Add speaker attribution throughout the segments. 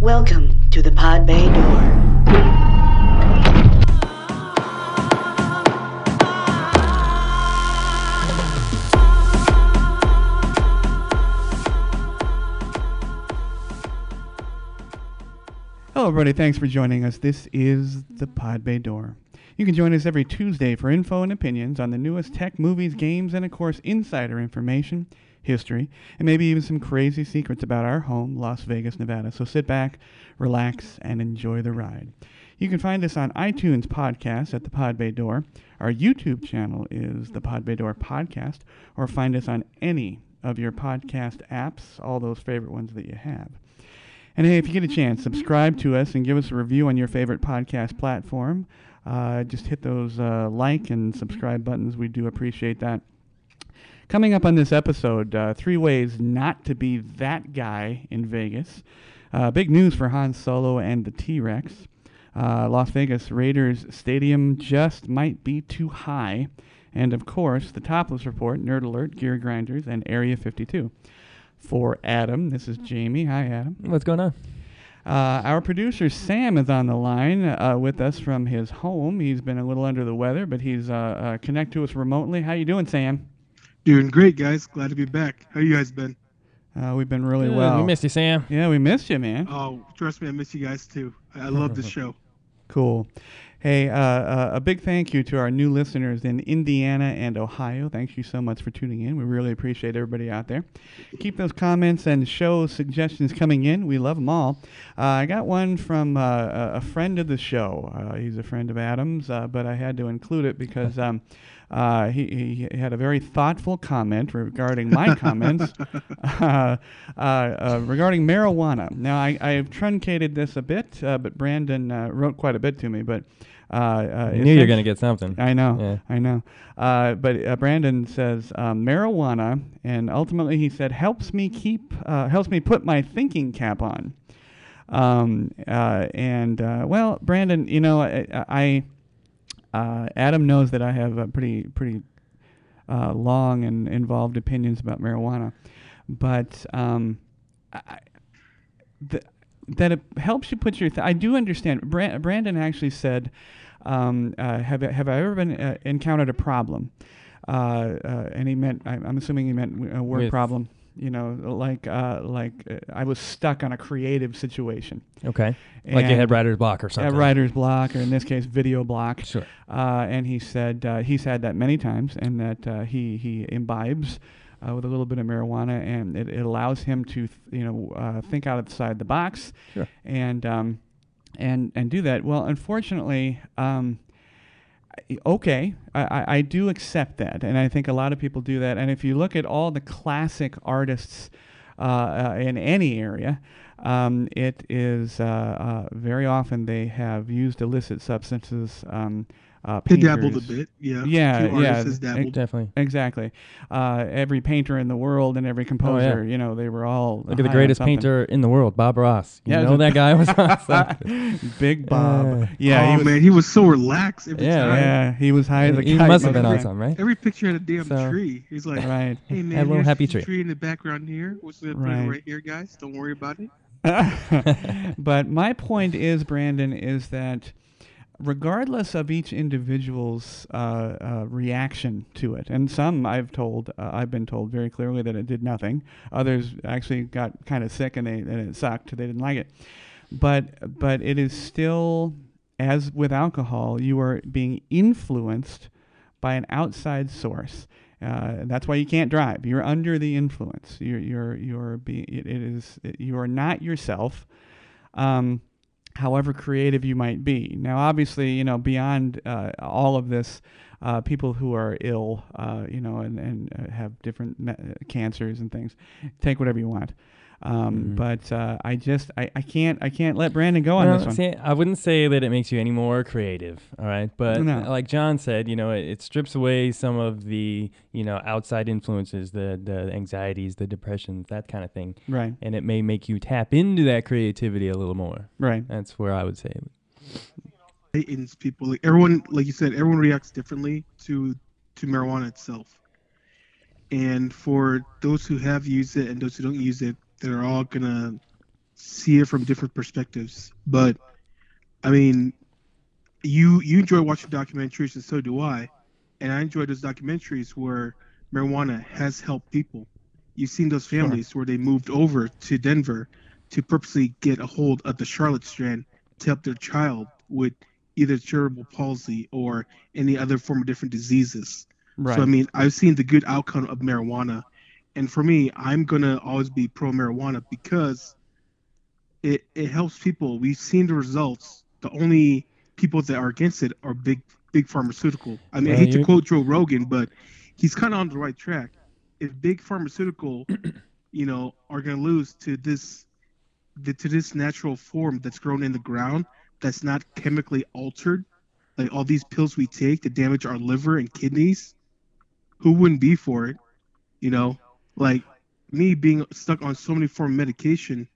Speaker 1: Welcome to the pod bay door.
Speaker 2: Hello, everybody. Thanks for joining us. This is the Pod Bay Door. You can join us every Tuesday for info and opinions on the newest tech, movies, games, and of course, insider information, history, and maybe even some crazy secrets about our home, Las Vegas, Nevada. So sit back, relax, and enjoy the ride. You can find us on iTunes Podcasts at the Pod Bay Door. Our YouTube channel is the Pod Bay Door Podcast, or find us on any of your podcast apps, all those favorite ones that you have. And hey, if you get a chance, subscribe to us and give us a review on your favorite podcast platform. Uh, just hit those uh, like and subscribe buttons. We do appreciate that. Coming up on this episode, uh, three ways not to be that guy in Vegas. Uh, big news for Han Solo and the T Rex. Uh, Las Vegas Raiders Stadium just might be too high. And of course, the Topless Report, Nerd Alert, Gear Grinders, and Area 52. For Adam, this is Jamie. Hi, Adam.
Speaker 3: What's going on?
Speaker 2: Uh, our producer Sam is on the line uh, with us from his home. He's been a little under the weather, but he's uh, uh, connect to us remotely. How you doing, Sam?
Speaker 4: Doing great, guys. Glad to be back. How you guys been?
Speaker 2: Uh, we've been really well.
Speaker 3: We missed you, Sam.
Speaker 2: yeah, we missed you, man.
Speaker 4: Oh, trust me, I miss you guys too. I I love the show.
Speaker 2: Cool. Hey, uh, uh, a big thank you to our new listeners in Indiana and Ohio. Thank you so much for tuning in. We really appreciate everybody out there. Keep those comments and show suggestions coming in. We love them all. Uh, I got one from uh, a a friend of the show. Uh, he's a friend of Adam's, uh, but I had to include it because um, uh, he, he had a very thoughtful comment regarding my comments uh, uh, uh, regarding marijuana. Now, I, I have truncated this a bit, uh, but Brandon uh, wrote quite a bit to me. But uh, uh,
Speaker 3: I knew you were going to get something.
Speaker 2: I know,
Speaker 3: Yeah.
Speaker 2: I know. Uh, but uh, Brandon says um, marijuana, and ultimately he said helps me keep, uh, helps me put my thinking cap on. Um, uh, and uh, well, Brandon, you know, I, I uh, Adam knows that I have a pretty, pretty uh, long and involved opinions about marijuana, but um, I, th- that it helps you put your. Th- I do understand. Bran- Brandon actually said, um, uh, "Have I- have I ever been uh, encountered a problem?" Uh, uh, and he meant. I, I'm assuming he meant a word
Speaker 3: With-
Speaker 2: problem. You know, like uh, like uh, I was stuck on a creative situation,
Speaker 3: Okay. Like you
Speaker 2: And-
Speaker 3: had writer's block or
Speaker 2: a
Speaker 3: something.
Speaker 2: writer's block, or in this case, video block.
Speaker 3: Sure.
Speaker 2: Uh, and he said uh, he's had that many times, and that uh, he he imbibes uh, with a little bit of marijuana, and it, it allows him to th- you know uh, think outside the box,
Speaker 3: Sure.
Speaker 2: and um, and and do that. Well, unfortunately. Um, I- Okay, I, I- I do accept that, and I think a lot of people do that. And if you look at all the classic artists uh, uh, in any area, um, it is uh, uh, very often they have used illicit substances. Um, uh,
Speaker 4: He dabbled a
Speaker 2: painters.
Speaker 4: bit. Yeah.
Speaker 2: Yeah,
Speaker 4: Few
Speaker 2: yeah.
Speaker 4: artists has dabbled.
Speaker 3: Definitely.
Speaker 2: Exactly. Uh, every painter in the world and every composer, you know, they were all
Speaker 3: Look at
Speaker 2: high
Speaker 3: Oh, the
Speaker 2: on
Speaker 3: greatest
Speaker 2: something.
Speaker 3: painter in the world, Bob Ross. You
Speaker 2: Yeah, it's
Speaker 3: know
Speaker 2: a-
Speaker 3: that guy was awesome.
Speaker 2: Big Bob.
Speaker 3: Uh,
Speaker 2: yeah,
Speaker 4: oh
Speaker 2: he was,
Speaker 4: man, he was so relaxed every
Speaker 3: Yeah,
Speaker 4: time.
Speaker 2: yeah, he was high as a
Speaker 3: he
Speaker 2: kite
Speaker 3: must have been
Speaker 2: most of
Speaker 3: awesome, right?
Speaker 4: Every picture had a damn
Speaker 3: So-
Speaker 4: tree. He's
Speaker 2: the
Speaker 4: like,
Speaker 2: time. Right.
Speaker 4: hey man,
Speaker 3: Had a little
Speaker 4: here's
Speaker 3: happy
Speaker 4: the
Speaker 3: tree.
Speaker 4: in the background here. What's the
Speaker 2: Right.
Speaker 4: right. right here, guys? Don't worry about it.
Speaker 2: but my point is, Brandon, is that regardless of each individual's uh, uh, reaction to it, and some I've told, uh, I've been told very clearly that it did nothing. Others actually got kind of sick and they and it sucked. They didn't like it. But but it is still as with alcohol, you are being influenced by an outside source. Uh, that's why you can't drive. You're under the influence. You're you're you're being. It, it is you are not yourself. Um, however creative you might be. Now, obviously, you know beyond uh, all of this, uh, people who are ill, uh, you know, and and uh, have different me- uh, cancers and things, take whatever you want.
Speaker 4: Mm-hmm.
Speaker 2: Um, But uh, I just I, I can't I can't let Brandon go on
Speaker 3: Well,
Speaker 2: this one.
Speaker 3: see, I wouldn't say that it makes you any more creative, all right? But
Speaker 2: No.
Speaker 3: like John said, you know, it, it strips away some of the, you know, outside influences, the the anxieties, the depressions, that kind of thing,
Speaker 2: Right,
Speaker 3: and it may make you tap into that creativity a little more.
Speaker 2: right.
Speaker 3: That's where I would say. it.
Speaker 4: Heightens people. Like, everyone, like you said, everyone reacts differently to to marijuana itself. And for those who have used it and those who don't use it, they're all gonna see it from different perspectives. But I mean, you you enjoy watching documentaries, and so do I. And I enjoy those documentaries where marijuana has helped people. You've seen those families where they moved over to Denver to purposely get a hold of the Charlotte strand to help their child with either cerebral palsy or any other form of different diseases.
Speaker 2: Right.
Speaker 4: So I mean, I've seen the good outcome of marijuana, and for me, I'm gonna always be pro marijuana because it it helps people. We've seen the results. The only people that are against it are big big pharmaceutical. I mean,
Speaker 3: Yeah,
Speaker 4: I hate
Speaker 3: you-
Speaker 4: to quote Joe Rogan, but he's kind of on the right track. If big pharmaceutical, you know, are gonna lose to this the, to this natural form that's grown in the ground that's not chemically altered like all these pills we take that damage our liver and kidneys, who wouldn't be for it? You know, like me being stuck on so many form of medication,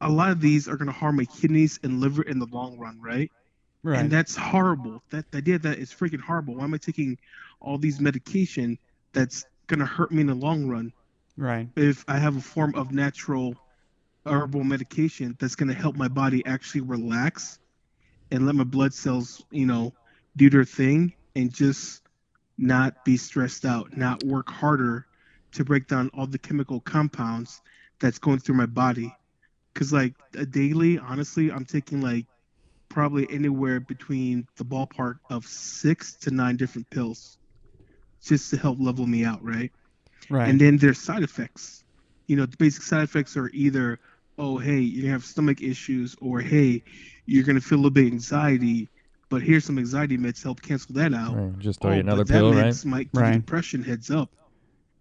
Speaker 4: a lot of these are going to harm my kidneys and liver in the long run, right?
Speaker 2: right.
Speaker 4: And that's horrible. That the idea of that is freaking horrible. Why am I taking all these medication that's going to hurt me in the long run
Speaker 2: right.
Speaker 4: if I have a form of natural herbal medication that's going to help my body actually relax and let my blood cells, you know, do their thing and just not be stressed out, not work harder to break down all the chemical compounds that's going through my body. Cause like a daily, honestly, I'm taking like probably anywhere between the ballpark of six to nine different pills just to help level me out, right?
Speaker 2: Right.
Speaker 4: And then there's side effects. You know, the basic side effects are either, oh, hey, you're going to have stomach issues, or hey, you're going to feel a little bit anxiety, but here's some anxiety meds to help cancel that out.
Speaker 3: Right, Just throw
Speaker 4: Oh,
Speaker 3: you
Speaker 4: but
Speaker 3: another
Speaker 4: that
Speaker 3: pill, right?
Speaker 4: meds might give you
Speaker 2: Right.
Speaker 4: depression heads up.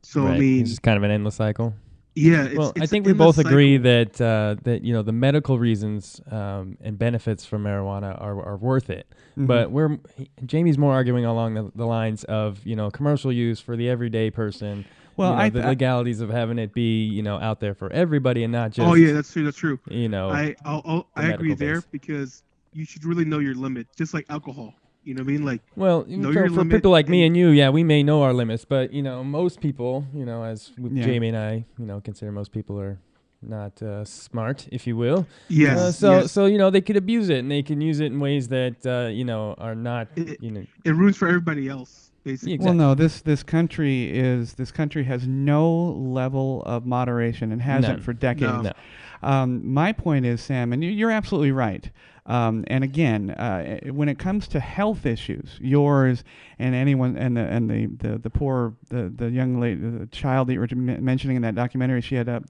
Speaker 4: So,
Speaker 3: right.
Speaker 4: I mean,
Speaker 3: it's just kind of an endless cycle.
Speaker 4: yeah. It's,
Speaker 3: well,
Speaker 4: it's
Speaker 3: I think
Speaker 4: an
Speaker 3: we both
Speaker 4: endless
Speaker 3: agree
Speaker 4: cycle.
Speaker 3: that uh, that you know the medical reasons um, and benefits from marijuana are, are worth it.
Speaker 4: Mm-hmm.
Speaker 2: Mhm.
Speaker 3: But we're Jamie's more arguing along the, the lines of you know commercial use for the everyday person.
Speaker 2: Well,
Speaker 3: you know,
Speaker 2: I-
Speaker 3: the
Speaker 2: I-
Speaker 3: legalities of having it be you know out there for everybody and not just
Speaker 4: Oh, yeah, that's true. That's true.
Speaker 3: you know
Speaker 4: I I'll, I'll,
Speaker 3: the
Speaker 4: I agree
Speaker 3: medical
Speaker 4: there
Speaker 3: base.
Speaker 4: because you should really know your limit, just like alcohol. You know what I mean? Like,
Speaker 3: Well,
Speaker 4: Know
Speaker 3: for,
Speaker 4: your
Speaker 3: for
Speaker 4: limit
Speaker 3: people like me and
Speaker 4: and-
Speaker 3: you, yeah, we may know our limits, but you know, most people, you know, as w
Speaker 2: Yeah.
Speaker 3: Jamie and I, you know, consider most people are not uh, smart, if you will.
Speaker 4: yes.
Speaker 3: Uh, so,
Speaker 4: yes.
Speaker 3: so you know, they could abuse it, and they can use it in ways that uh, you know are not,
Speaker 4: It-
Speaker 3: you know,
Speaker 4: it ruins for everybody else, basically.
Speaker 3: Exactly.
Speaker 2: Well, no. This this country is this country has no level of moderation and hasn't
Speaker 3: None.
Speaker 2: for decades.
Speaker 4: No.
Speaker 3: No.
Speaker 2: Um, my point is, Sam, and you- you're absolutely right. Um, and again, uh, eh, when it comes to health issues, yours and anyone and the and the the, the poor the, the young lady, the child that you were m- mentioning in that documentary, she had a,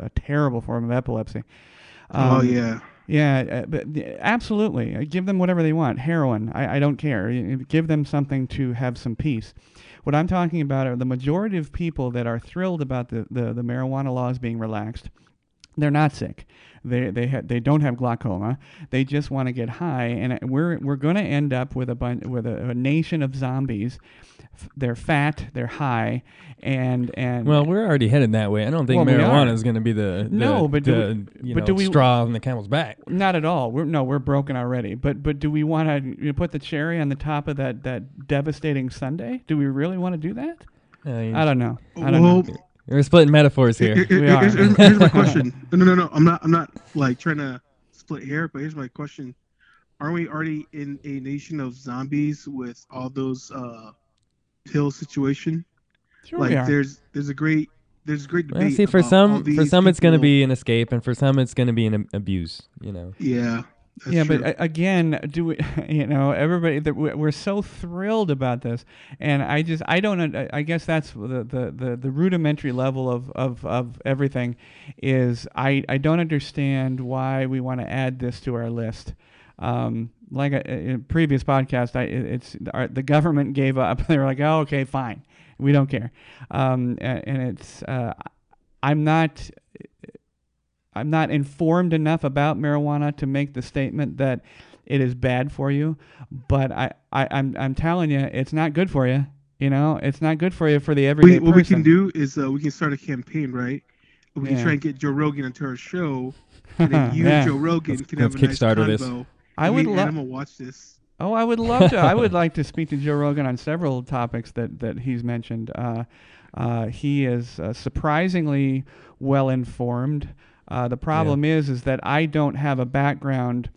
Speaker 2: a, a terrible form of epilepsy.
Speaker 4: oh,
Speaker 2: Um,
Speaker 4: yeah.
Speaker 2: yeah, uh, but the- absolutely. Uh, Give them whatever they want. Heroin. I, I don't care. Y- y- Give them something to have some peace. What I'm talking about are the majority of people that are thrilled about the, the, the marijuana laws being relaxed. They're not sick. They they ha- they don't have glaucoma. They just want to get high, and it- we're we're going to end up with a bun- with a, a nation of zombies. F- They're fat. They're high, and and
Speaker 3: well, we're already headed that way. I don't think
Speaker 2: Well, we
Speaker 3: marijuana
Speaker 2: are.
Speaker 3: is going to be the, the
Speaker 2: No, but do
Speaker 3: the,
Speaker 2: we-
Speaker 3: you
Speaker 2: but
Speaker 3: know,
Speaker 2: do we-
Speaker 3: straw on the camel's back.
Speaker 2: Not at all. We're no, we're broken already. But but do we want to put the cherry on the top of that that devastating Sunday? Do we really want to do that? I don't know. I don't
Speaker 4: well,
Speaker 2: know.
Speaker 3: we're splitting metaphors here.
Speaker 4: Here- here-
Speaker 2: We
Speaker 4: here-
Speaker 2: are.
Speaker 4: Here's, here's- here's my question. No, no, no. I'm not. I'm not like trying to split hair, but here's my question: Aren't we already in a nation of zombies with all those uh, pill situation?
Speaker 2: Sure
Speaker 4: like,
Speaker 2: we are.
Speaker 4: there's there's a great there's a great debate.
Speaker 3: Well, see, for
Speaker 4: about all
Speaker 3: some, for
Speaker 4: these
Speaker 3: some, it's going to
Speaker 4: people-
Speaker 3: be an escape, and for some, it's going to be an ab- abuse. You know.
Speaker 4: Yeah. That's
Speaker 2: yeah,
Speaker 4: true.
Speaker 2: but a- again, do we, you know everybody? That we- we're so thrilled about this, and I just I don't. un- I guess that's the the, the, the rudimentary level of, of, of everything is I I don't understand why we want to add this to our list. Um, like a, in previous podcast, I it- it's our, the government gave up. they were like, oh, okay, fine, we don't care. Um, a- and it's uh, I'm not I'm not informed enough about marijuana to make the statement that it is bad for you, but I, I I'm I'm telling you, it's not good for you. You know, it's not good for you for the everyday
Speaker 4: we, what we
Speaker 2: person.
Speaker 4: can do is uh, we can start a campaign, right? We
Speaker 2: Yeah.
Speaker 4: can try and get Joe Rogan into our show, and then you,
Speaker 2: Yeah.
Speaker 4: Joe Rogan,
Speaker 3: Let's-
Speaker 4: can
Speaker 3: let's
Speaker 4: have a nice
Speaker 3: Kickstarter this.
Speaker 4: convo.
Speaker 2: I would
Speaker 4: Me and
Speaker 2: lo-
Speaker 4: Adam will watch this.
Speaker 2: Oh, I would love to. I would like to speak to Joe Rogan on several topics that, that he's mentioned. Uh, uh, he is uh, surprisingly well informed. Uh, the problem is, is that I don't have a background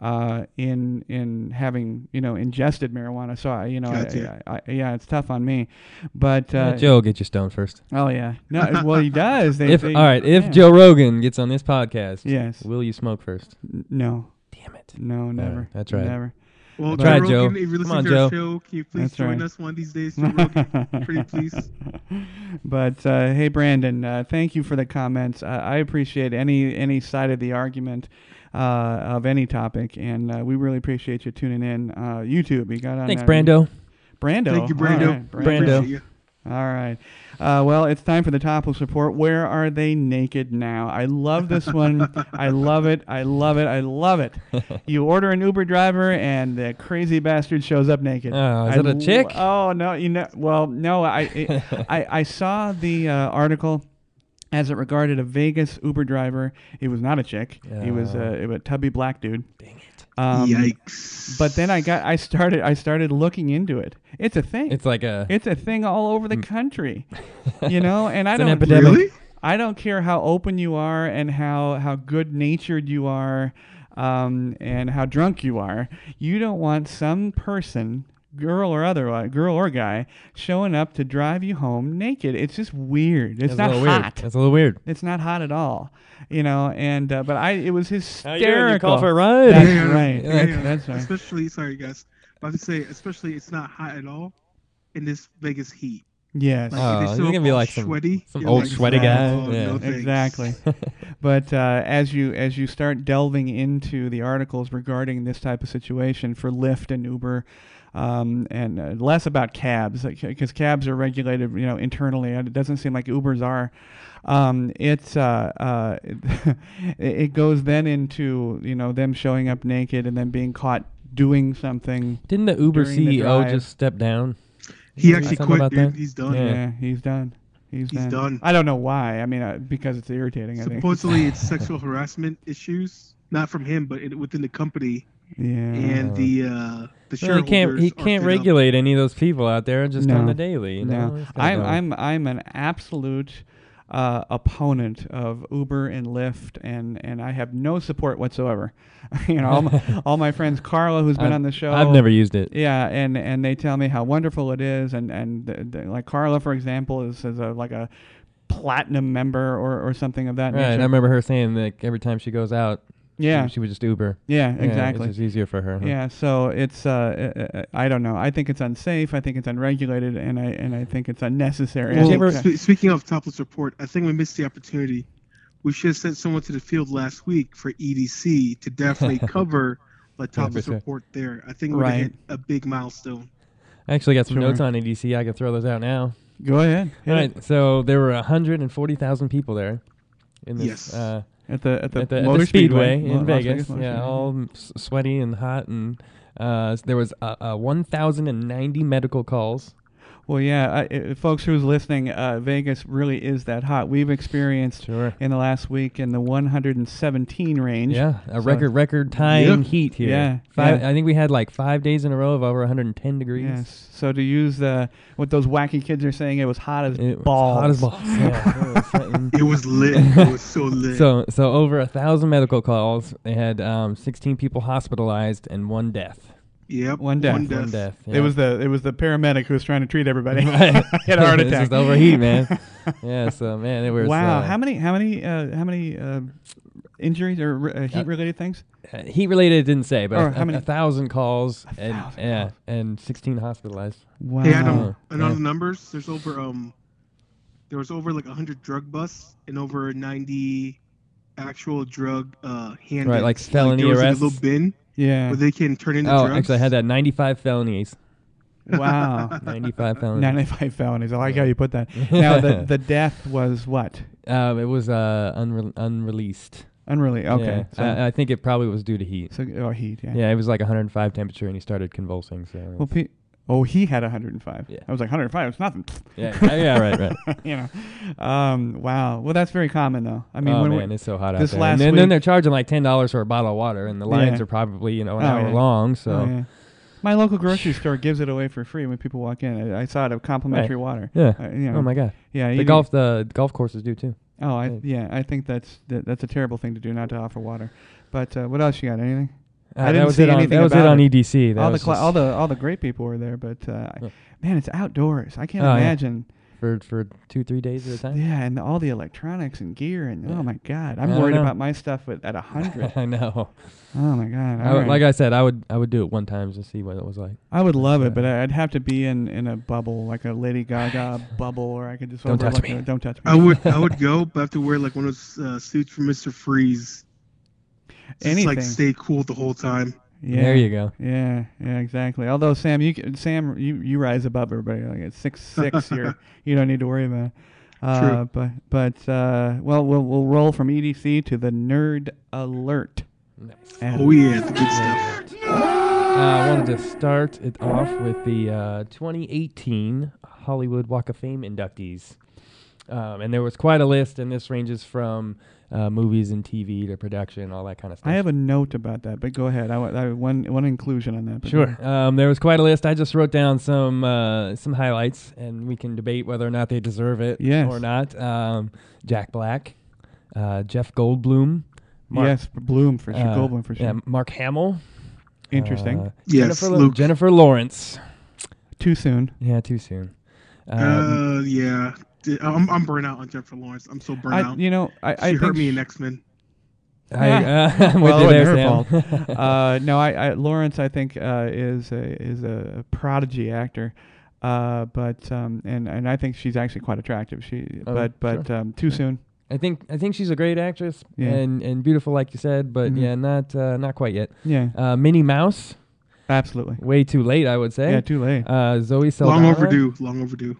Speaker 2: uh, in in having you know ingested marijuana. So I, you know, I-
Speaker 4: Gotcha.
Speaker 2: I, I, yeah, it's tough on me. But uh,
Speaker 3: Let Joe will get you stoned first.
Speaker 2: oh yeah, no, well he does. They,
Speaker 3: If all
Speaker 2: they-
Speaker 3: right, if
Speaker 2: yeah.
Speaker 3: Joe Rogan gets on this podcast,
Speaker 2: yes,
Speaker 3: will you smoke first?
Speaker 2: N- no,
Speaker 3: Damn it!
Speaker 2: no, never.
Speaker 3: that's right.
Speaker 2: Never.
Speaker 4: Well,
Speaker 2: Try it,
Speaker 4: Joe
Speaker 3: Joe.
Speaker 4: Rogan, if you're
Speaker 3: Come
Speaker 4: listening
Speaker 3: on,
Speaker 4: to our
Speaker 3: Joe.
Speaker 4: show, can you please
Speaker 2: That's
Speaker 4: join
Speaker 2: right.
Speaker 4: us one of these days, Joe Rogan? Pretty please.
Speaker 2: But uh, hey, Brandon, uh, thank you for the comments. Uh, I appreciate any any side of the argument uh, of any topic, and uh, we really appreciate you tuning in. Uh, YouTube, you got on.
Speaker 3: Thanks,
Speaker 2: uh,
Speaker 3: Brando.
Speaker 2: Brando.
Speaker 4: Thank you,
Speaker 2: All
Speaker 4: Brando.
Speaker 2: right,
Speaker 4: We
Speaker 3: Brando.
Speaker 4: appreciate you.
Speaker 2: All right. Uh, well, it's time for the topless report. Where are they naked now? I love this one. I love it. I love it. I love it. You order an Uber driver, and the crazy bastard shows up naked.
Speaker 3: Oh, is
Speaker 2: I
Speaker 3: that a chick?
Speaker 2: Oh no, you know. Well, no. I I, I, I saw the uh, article. As it regarded a Vegas Uber driver, he was not a chick. He was
Speaker 3: Yeah.
Speaker 2: a, a tubby black dude.
Speaker 3: Dang it!
Speaker 2: Um,
Speaker 4: Yikes.
Speaker 2: But then I got, I started, I started looking into it. It's a thing.
Speaker 3: It's like a
Speaker 2: It's a thing all over the country, you know. And I
Speaker 3: Mm. It's an
Speaker 2: don't
Speaker 3: epidemic.
Speaker 4: really?
Speaker 2: I don't care how open you are and how how good natured you are, um, and how drunk you are. You don't want some person, girl or otherwise, girl or guy, showing up to drive you home naked. It's just weird. It's
Speaker 3: that's
Speaker 2: not
Speaker 3: a little
Speaker 2: hot.
Speaker 3: weird. That's a little weird.
Speaker 2: It's not hot at all, you know. And uh, but I, it was
Speaker 3: How
Speaker 2: hysterical.
Speaker 3: you doing? Oh, You call for a ride?
Speaker 2: That's
Speaker 4: Yeah, yeah,
Speaker 2: right.
Speaker 4: yeah, yeah.
Speaker 2: That's right.
Speaker 4: Especially, sorry guys, about to say, especially it's not hot at all in this Vegas heat.
Speaker 2: Yes.
Speaker 4: Like,
Speaker 3: Oh,
Speaker 4: if
Speaker 3: it's
Speaker 4: they show
Speaker 3: gonna
Speaker 4: up
Speaker 3: be
Speaker 4: all
Speaker 3: like some-
Speaker 4: sweaty,
Speaker 3: some
Speaker 4: you're
Speaker 3: old
Speaker 4: like,
Speaker 3: sweaty guy.
Speaker 4: "Oh,
Speaker 3: Yeah.
Speaker 4: no thanks."
Speaker 2: Exactly. but uh, as you as you start delving into the articles regarding this type of situation for Lyft and Uber, um, and uh, less about cabs because cabs are regulated, you know, internally. and It doesn't seem like Ubers are. Um, it's uh, uh, it- it goes then into you know them showing up naked and then being caught doing something.
Speaker 3: Didn't the Uber
Speaker 2: During the
Speaker 3: CEO
Speaker 2: drive.
Speaker 3: just step down?
Speaker 4: He actually
Speaker 3: Something
Speaker 4: quit,
Speaker 3: about
Speaker 4: dude.
Speaker 3: that?
Speaker 4: He's done.
Speaker 3: Yeah.
Speaker 2: Yeah, he's done. He's,
Speaker 4: He's done.
Speaker 2: I don't know why. I mean, uh, because it's irritating. I think.
Speaker 4: Supposedly, it's sexual harassment issues, not from him, but it, within the company
Speaker 2: Yeah.
Speaker 4: and the uh, the
Speaker 3: Mm. Well, he
Speaker 4: shareholders.
Speaker 3: can't. He
Speaker 4: are fed
Speaker 3: can't
Speaker 4: up.
Speaker 3: regulate any of those people out there just
Speaker 2: No.
Speaker 3: on the daily. You know?
Speaker 2: No,
Speaker 3: It's kinda
Speaker 2: I'm
Speaker 3: dumb.
Speaker 2: I'm I'm an absolute uh, opponent of Uber and Lyft, and and I have no support whatsoever. you know, all my, all my friends, Carla, who's been
Speaker 3: I've-
Speaker 2: on the show,
Speaker 3: I've never used it.
Speaker 2: Yeah, and and they tell me how wonderful it is, and and th th like Carla, for example, is is a like a platinum member or or something of that
Speaker 3: Right.
Speaker 2: nature.
Speaker 3: I remember her saying that every time she goes out, she-
Speaker 2: yeah,
Speaker 3: she, would just Uber.
Speaker 2: yeah,
Speaker 3: Yeah,
Speaker 2: exactly.
Speaker 3: It's just uh, easier for her. huh?
Speaker 2: Yeah, so it's uh, uh, uh, I don't know. I think it's unsafe. I think it's unregulated, and I and I think it's unnecessary. I
Speaker 4: Well,
Speaker 2: think, uh,
Speaker 4: spe- speaking of topless report, I think we missed the opportunity. We should have sent someone to the field last week for EDC to definitely cover the topless
Speaker 3: sure.
Speaker 4: report there. I think we're
Speaker 2: Right.
Speaker 4: gonna hit a big milestone.
Speaker 3: I actually got some
Speaker 2: Sure.
Speaker 3: notes on ADC. I can throw those out now.
Speaker 2: go ahead. Hit
Speaker 3: All
Speaker 2: it.
Speaker 3: right. So there were 140,000 people there. In this,
Speaker 4: Yes.
Speaker 3: Uh,
Speaker 2: At the at the,
Speaker 3: at the, at
Speaker 2: motor
Speaker 3: the speedway,
Speaker 2: Mo-
Speaker 3: in
Speaker 2: Las
Speaker 3: Vegas.
Speaker 2: Motor
Speaker 3: yeah,
Speaker 2: Speedway.
Speaker 3: all m- s- sweaty and hot, and uh, s- there was uh, uh, 1,090 medical calls.
Speaker 2: Well, yeah, I, I, folks who's listening, uh, Vegas really is that hot. We've experienced
Speaker 3: Sure.
Speaker 2: in the last week in the 117 range.
Speaker 3: Yeah,
Speaker 2: So-
Speaker 3: a record record tying
Speaker 4: Yeah.
Speaker 3: heat here.
Speaker 2: Yeah,
Speaker 3: Five,
Speaker 2: yeah.
Speaker 3: I think we had like five days in a row of over 110 degrees.
Speaker 2: Yes. So to use the what those wacky kids are saying, it was hot as
Speaker 3: It was
Speaker 2: balls.
Speaker 3: hot as balls. Yeah, it was something.
Speaker 4: It was lit. it was so lit.
Speaker 3: So, so over a thousand medical calls. They had um, 16 people hospitalized and one death.
Speaker 4: yep.
Speaker 2: One death.
Speaker 4: One
Speaker 3: One
Speaker 4: death.
Speaker 3: death.
Speaker 2: It
Speaker 3: yeah.
Speaker 2: was the it was the paramedic who was trying to treat everybody. he
Speaker 3: Right.
Speaker 2: had a heart
Speaker 3: It's
Speaker 2: attack.
Speaker 3: just overheat, man. yeah. So, man, it was.
Speaker 2: Wow.
Speaker 3: uh,
Speaker 2: how many how many uh, how many uh, injuries or uh, heat related things?
Speaker 3: uh, heat related it didn't say, but
Speaker 2: Or
Speaker 3: a,
Speaker 2: Oh, how many-
Speaker 3: a thousand calls and
Speaker 2: thousand
Speaker 3: yeah,
Speaker 2: calls.
Speaker 3: and sixteen hospitalized.
Speaker 2: Wow.
Speaker 4: Hey, Adam,
Speaker 3: Wow.
Speaker 4: and on
Speaker 3: Yeah.
Speaker 4: the numbers, there's over um, there was over like 100 drug busts and over 90 actual drug uh hand
Speaker 3: Right, like
Speaker 4: ins.
Speaker 3: felony
Speaker 4: there was, like,
Speaker 3: arrests.
Speaker 4: a little bin
Speaker 2: Yeah.
Speaker 4: where they can turn into
Speaker 3: Oh,
Speaker 4: drugs.
Speaker 3: actually, I had that ninety-five felonies,
Speaker 2: Wow.
Speaker 3: ninety-five felonies.
Speaker 2: 95 felonies. I like how you put that. Now, the, the death was what?
Speaker 3: um, it was uh, unre- unreleased.
Speaker 2: Unrelated. Okay.
Speaker 3: Yeah. I, I think it probably was due to heat.
Speaker 2: So, so, oh, heat. Yeah.
Speaker 3: Yeah, it was like 105 temperature, and he started convulsing. So
Speaker 2: Well, pe- oh, he had 105.
Speaker 3: Yeah.
Speaker 2: I was like, 105, it's nothing.
Speaker 3: yeah, yeah, yeah, right, right.
Speaker 2: you know. Um, wow. Well, that's very common, though. I mean,
Speaker 3: oh
Speaker 2: when we-
Speaker 3: man, it's so hot
Speaker 2: this
Speaker 3: out there.
Speaker 2: last
Speaker 3: and then, then
Speaker 2: week-
Speaker 3: they're charging like ten dollars for a bottle of water, and the lines
Speaker 2: Yeah.
Speaker 3: are probably you know an
Speaker 2: Oh,
Speaker 3: hour
Speaker 2: yeah.
Speaker 3: long. So
Speaker 2: oh, yeah. My local grocery store gives it away for free when people walk in. I, I saw it of complimentary water.
Speaker 3: yeah.
Speaker 2: Uh, you know,
Speaker 3: Oh my god,
Speaker 2: Yeah.
Speaker 3: the
Speaker 2: you-
Speaker 3: golf the golf courses do too.
Speaker 2: Oh, I
Speaker 3: Uh,
Speaker 2: yeah, I think that's that, that's a terrible thing to do, not to offer water. But uh, what else you got? Anything? I
Speaker 3: Uh,
Speaker 2: didn't
Speaker 3: that was
Speaker 2: see
Speaker 3: it on,
Speaker 2: anything
Speaker 3: that was it
Speaker 2: about
Speaker 3: on
Speaker 2: it.
Speaker 3: EDC. That
Speaker 2: all the
Speaker 3: was
Speaker 2: cla-
Speaker 3: just
Speaker 2: all the all the great people were there, but uh, I-
Speaker 3: Yeah.
Speaker 2: man, it's outdoors. I can't
Speaker 3: Oh, yeah.
Speaker 2: imagine.
Speaker 3: for for two three days at a time.
Speaker 2: Yeah, and all the electronics and gear, and
Speaker 3: Yeah.
Speaker 2: oh my god,
Speaker 3: I
Speaker 2: I'm
Speaker 3: don't
Speaker 2: worried
Speaker 3: know.
Speaker 2: about my stuff with, at a hundred.
Speaker 3: I know.
Speaker 2: oh my god,
Speaker 3: I
Speaker 2: all
Speaker 3: would-
Speaker 2: right.
Speaker 3: Like I said, I would I would do it one time to see what it was like.
Speaker 2: I would love it,
Speaker 3: Yeah.
Speaker 2: but I- I'd have to be in, in a bubble, like a Lady Gaga bubble, or I could just
Speaker 3: Don't touch
Speaker 2: overlook
Speaker 3: me.
Speaker 2: it. Don't touch me.
Speaker 4: I would I would go, but I have to wear like one of those uh, suits from Mister Freeze. Just
Speaker 2: Anything.
Speaker 4: like stay cool the whole time.
Speaker 2: yeah.
Speaker 3: There you go.
Speaker 2: Yeah, yeah, exactly. Although Sam, you c- Sam, you, you rise above everybody. Like at six six, you're you don't need to worry about. It. Uh, but but uh, well, we'll we'll roll from EDC to the nerd alert. And-
Speaker 4: Oh yeah, the good stuff.
Speaker 3: Uh, I wanted to start it off with the uh, 2018 Hollywood Walk of Fame inductees. Um, and there was quite a list, and this ranges from uh, movies and TV to production, all that kind of stuff.
Speaker 2: I have a note about that, but go ahead. I want I, one one inclusion on that. but-
Speaker 3: Sure. Um, there was quite a list. I just wrote down some uh, some highlights, and we can debate whether or not they deserve it
Speaker 2: Yes.
Speaker 3: or not. Um, Jack Black, uh, Jeff Goldblum, Mark,
Speaker 2: Yes, Bloom for sure.
Speaker 3: uh,
Speaker 2: Goldblum for sure.
Speaker 3: yeah, Mark Hamill.
Speaker 2: Interesting.
Speaker 3: uh,
Speaker 4: Yes,
Speaker 3: Jennifer, Lo-
Speaker 4: Luke.
Speaker 3: Jennifer Lawrence.
Speaker 2: Too soon.
Speaker 3: Yeah, too soon. Um,
Speaker 4: Uh, yeah. D- I'm, I'm burnt out on Jennifer Lawrence. I'm so burnt
Speaker 2: I,
Speaker 4: out.
Speaker 2: you know, I, I
Speaker 4: she
Speaker 2: think
Speaker 4: hurt me in X Men.
Speaker 3: I, uh, I'm with
Speaker 2: Well,
Speaker 3: you
Speaker 2: it
Speaker 3: there,
Speaker 2: wasn't her
Speaker 3: Sam.
Speaker 2: uh, no, I, I Lawrence I think uh, is a, is a prodigy actor, uh, but um, and and I think she's actually quite attractive. She
Speaker 3: Oh,
Speaker 2: but but um, too soon.
Speaker 3: I think I think she's a great actress
Speaker 2: Yeah.
Speaker 3: and, and beautiful, like you said, but
Speaker 2: Mhm.
Speaker 3: yeah, not uh, not quite yet.
Speaker 2: Yeah,
Speaker 3: Uh, Minnie Mouse,
Speaker 2: absolutely.
Speaker 3: way too late, I would say.
Speaker 2: Yeah, too late.
Speaker 3: Uh, Zoe Saldana.
Speaker 4: Long overdue. Long overdue.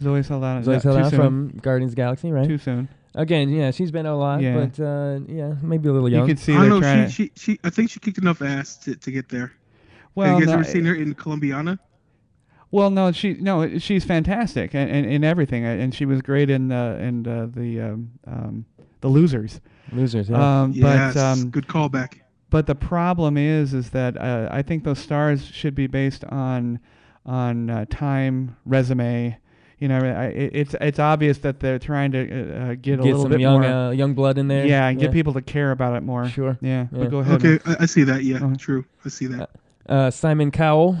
Speaker 2: Zoe Saldana.
Speaker 3: Zoe
Speaker 2: yeah,
Speaker 3: Saldana
Speaker 2: too soon.
Speaker 3: from Guardians of the Galaxy, right?
Speaker 2: Too soon.
Speaker 3: Again, yeah, she's been out a lot,
Speaker 2: Yeah.
Speaker 3: but uh, yeah, maybe a little
Speaker 2: You
Speaker 3: young.
Speaker 2: could see
Speaker 4: I
Speaker 2: they're
Speaker 4: don't know.
Speaker 2: trying.
Speaker 4: She, she she I think she kicked enough ass to, to get there.
Speaker 2: to, well,
Speaker 4: Have you guys
Speaker 2: no, eh,
Speaker 4: ever seen her in Columbiana?
Speaker 2: well, no, she no, it- she's fantastic and in, in everything, and and she was great in the in uh, the um, um, the losers.
Speaker 3: Losers, yeah.
Speaker 2: Um,
Speaker 4: Yes.
Speaker 2: But um,
Speaker 4: good callback.
Speaker 2: But the problem is, is that uh, I think those stars should be based on on uh, time, resume. You know, I, it- it's it's obvious that they're trying to uh, uh, get, a
Speaker 3: get
Speaker 2: little
Speaker 3: some
Speaker 2: bit
Speaker 3: young
Speaker 2: more.
Speaker 3: uh, young blood in there.
Speaker 2: yeah, and get people to care about it more.
Speaker 3: Sure.
Speaker 2: Yeah,
Speaker 3: Yeah.
Speaker 2: but go ahead.
Speaker 4: Okay, I, I see that. Yeah,
Speaker 2: Uh-huh.
Speaker 4: true. I see that.
Speaker 3: Uh, Simon Cowell,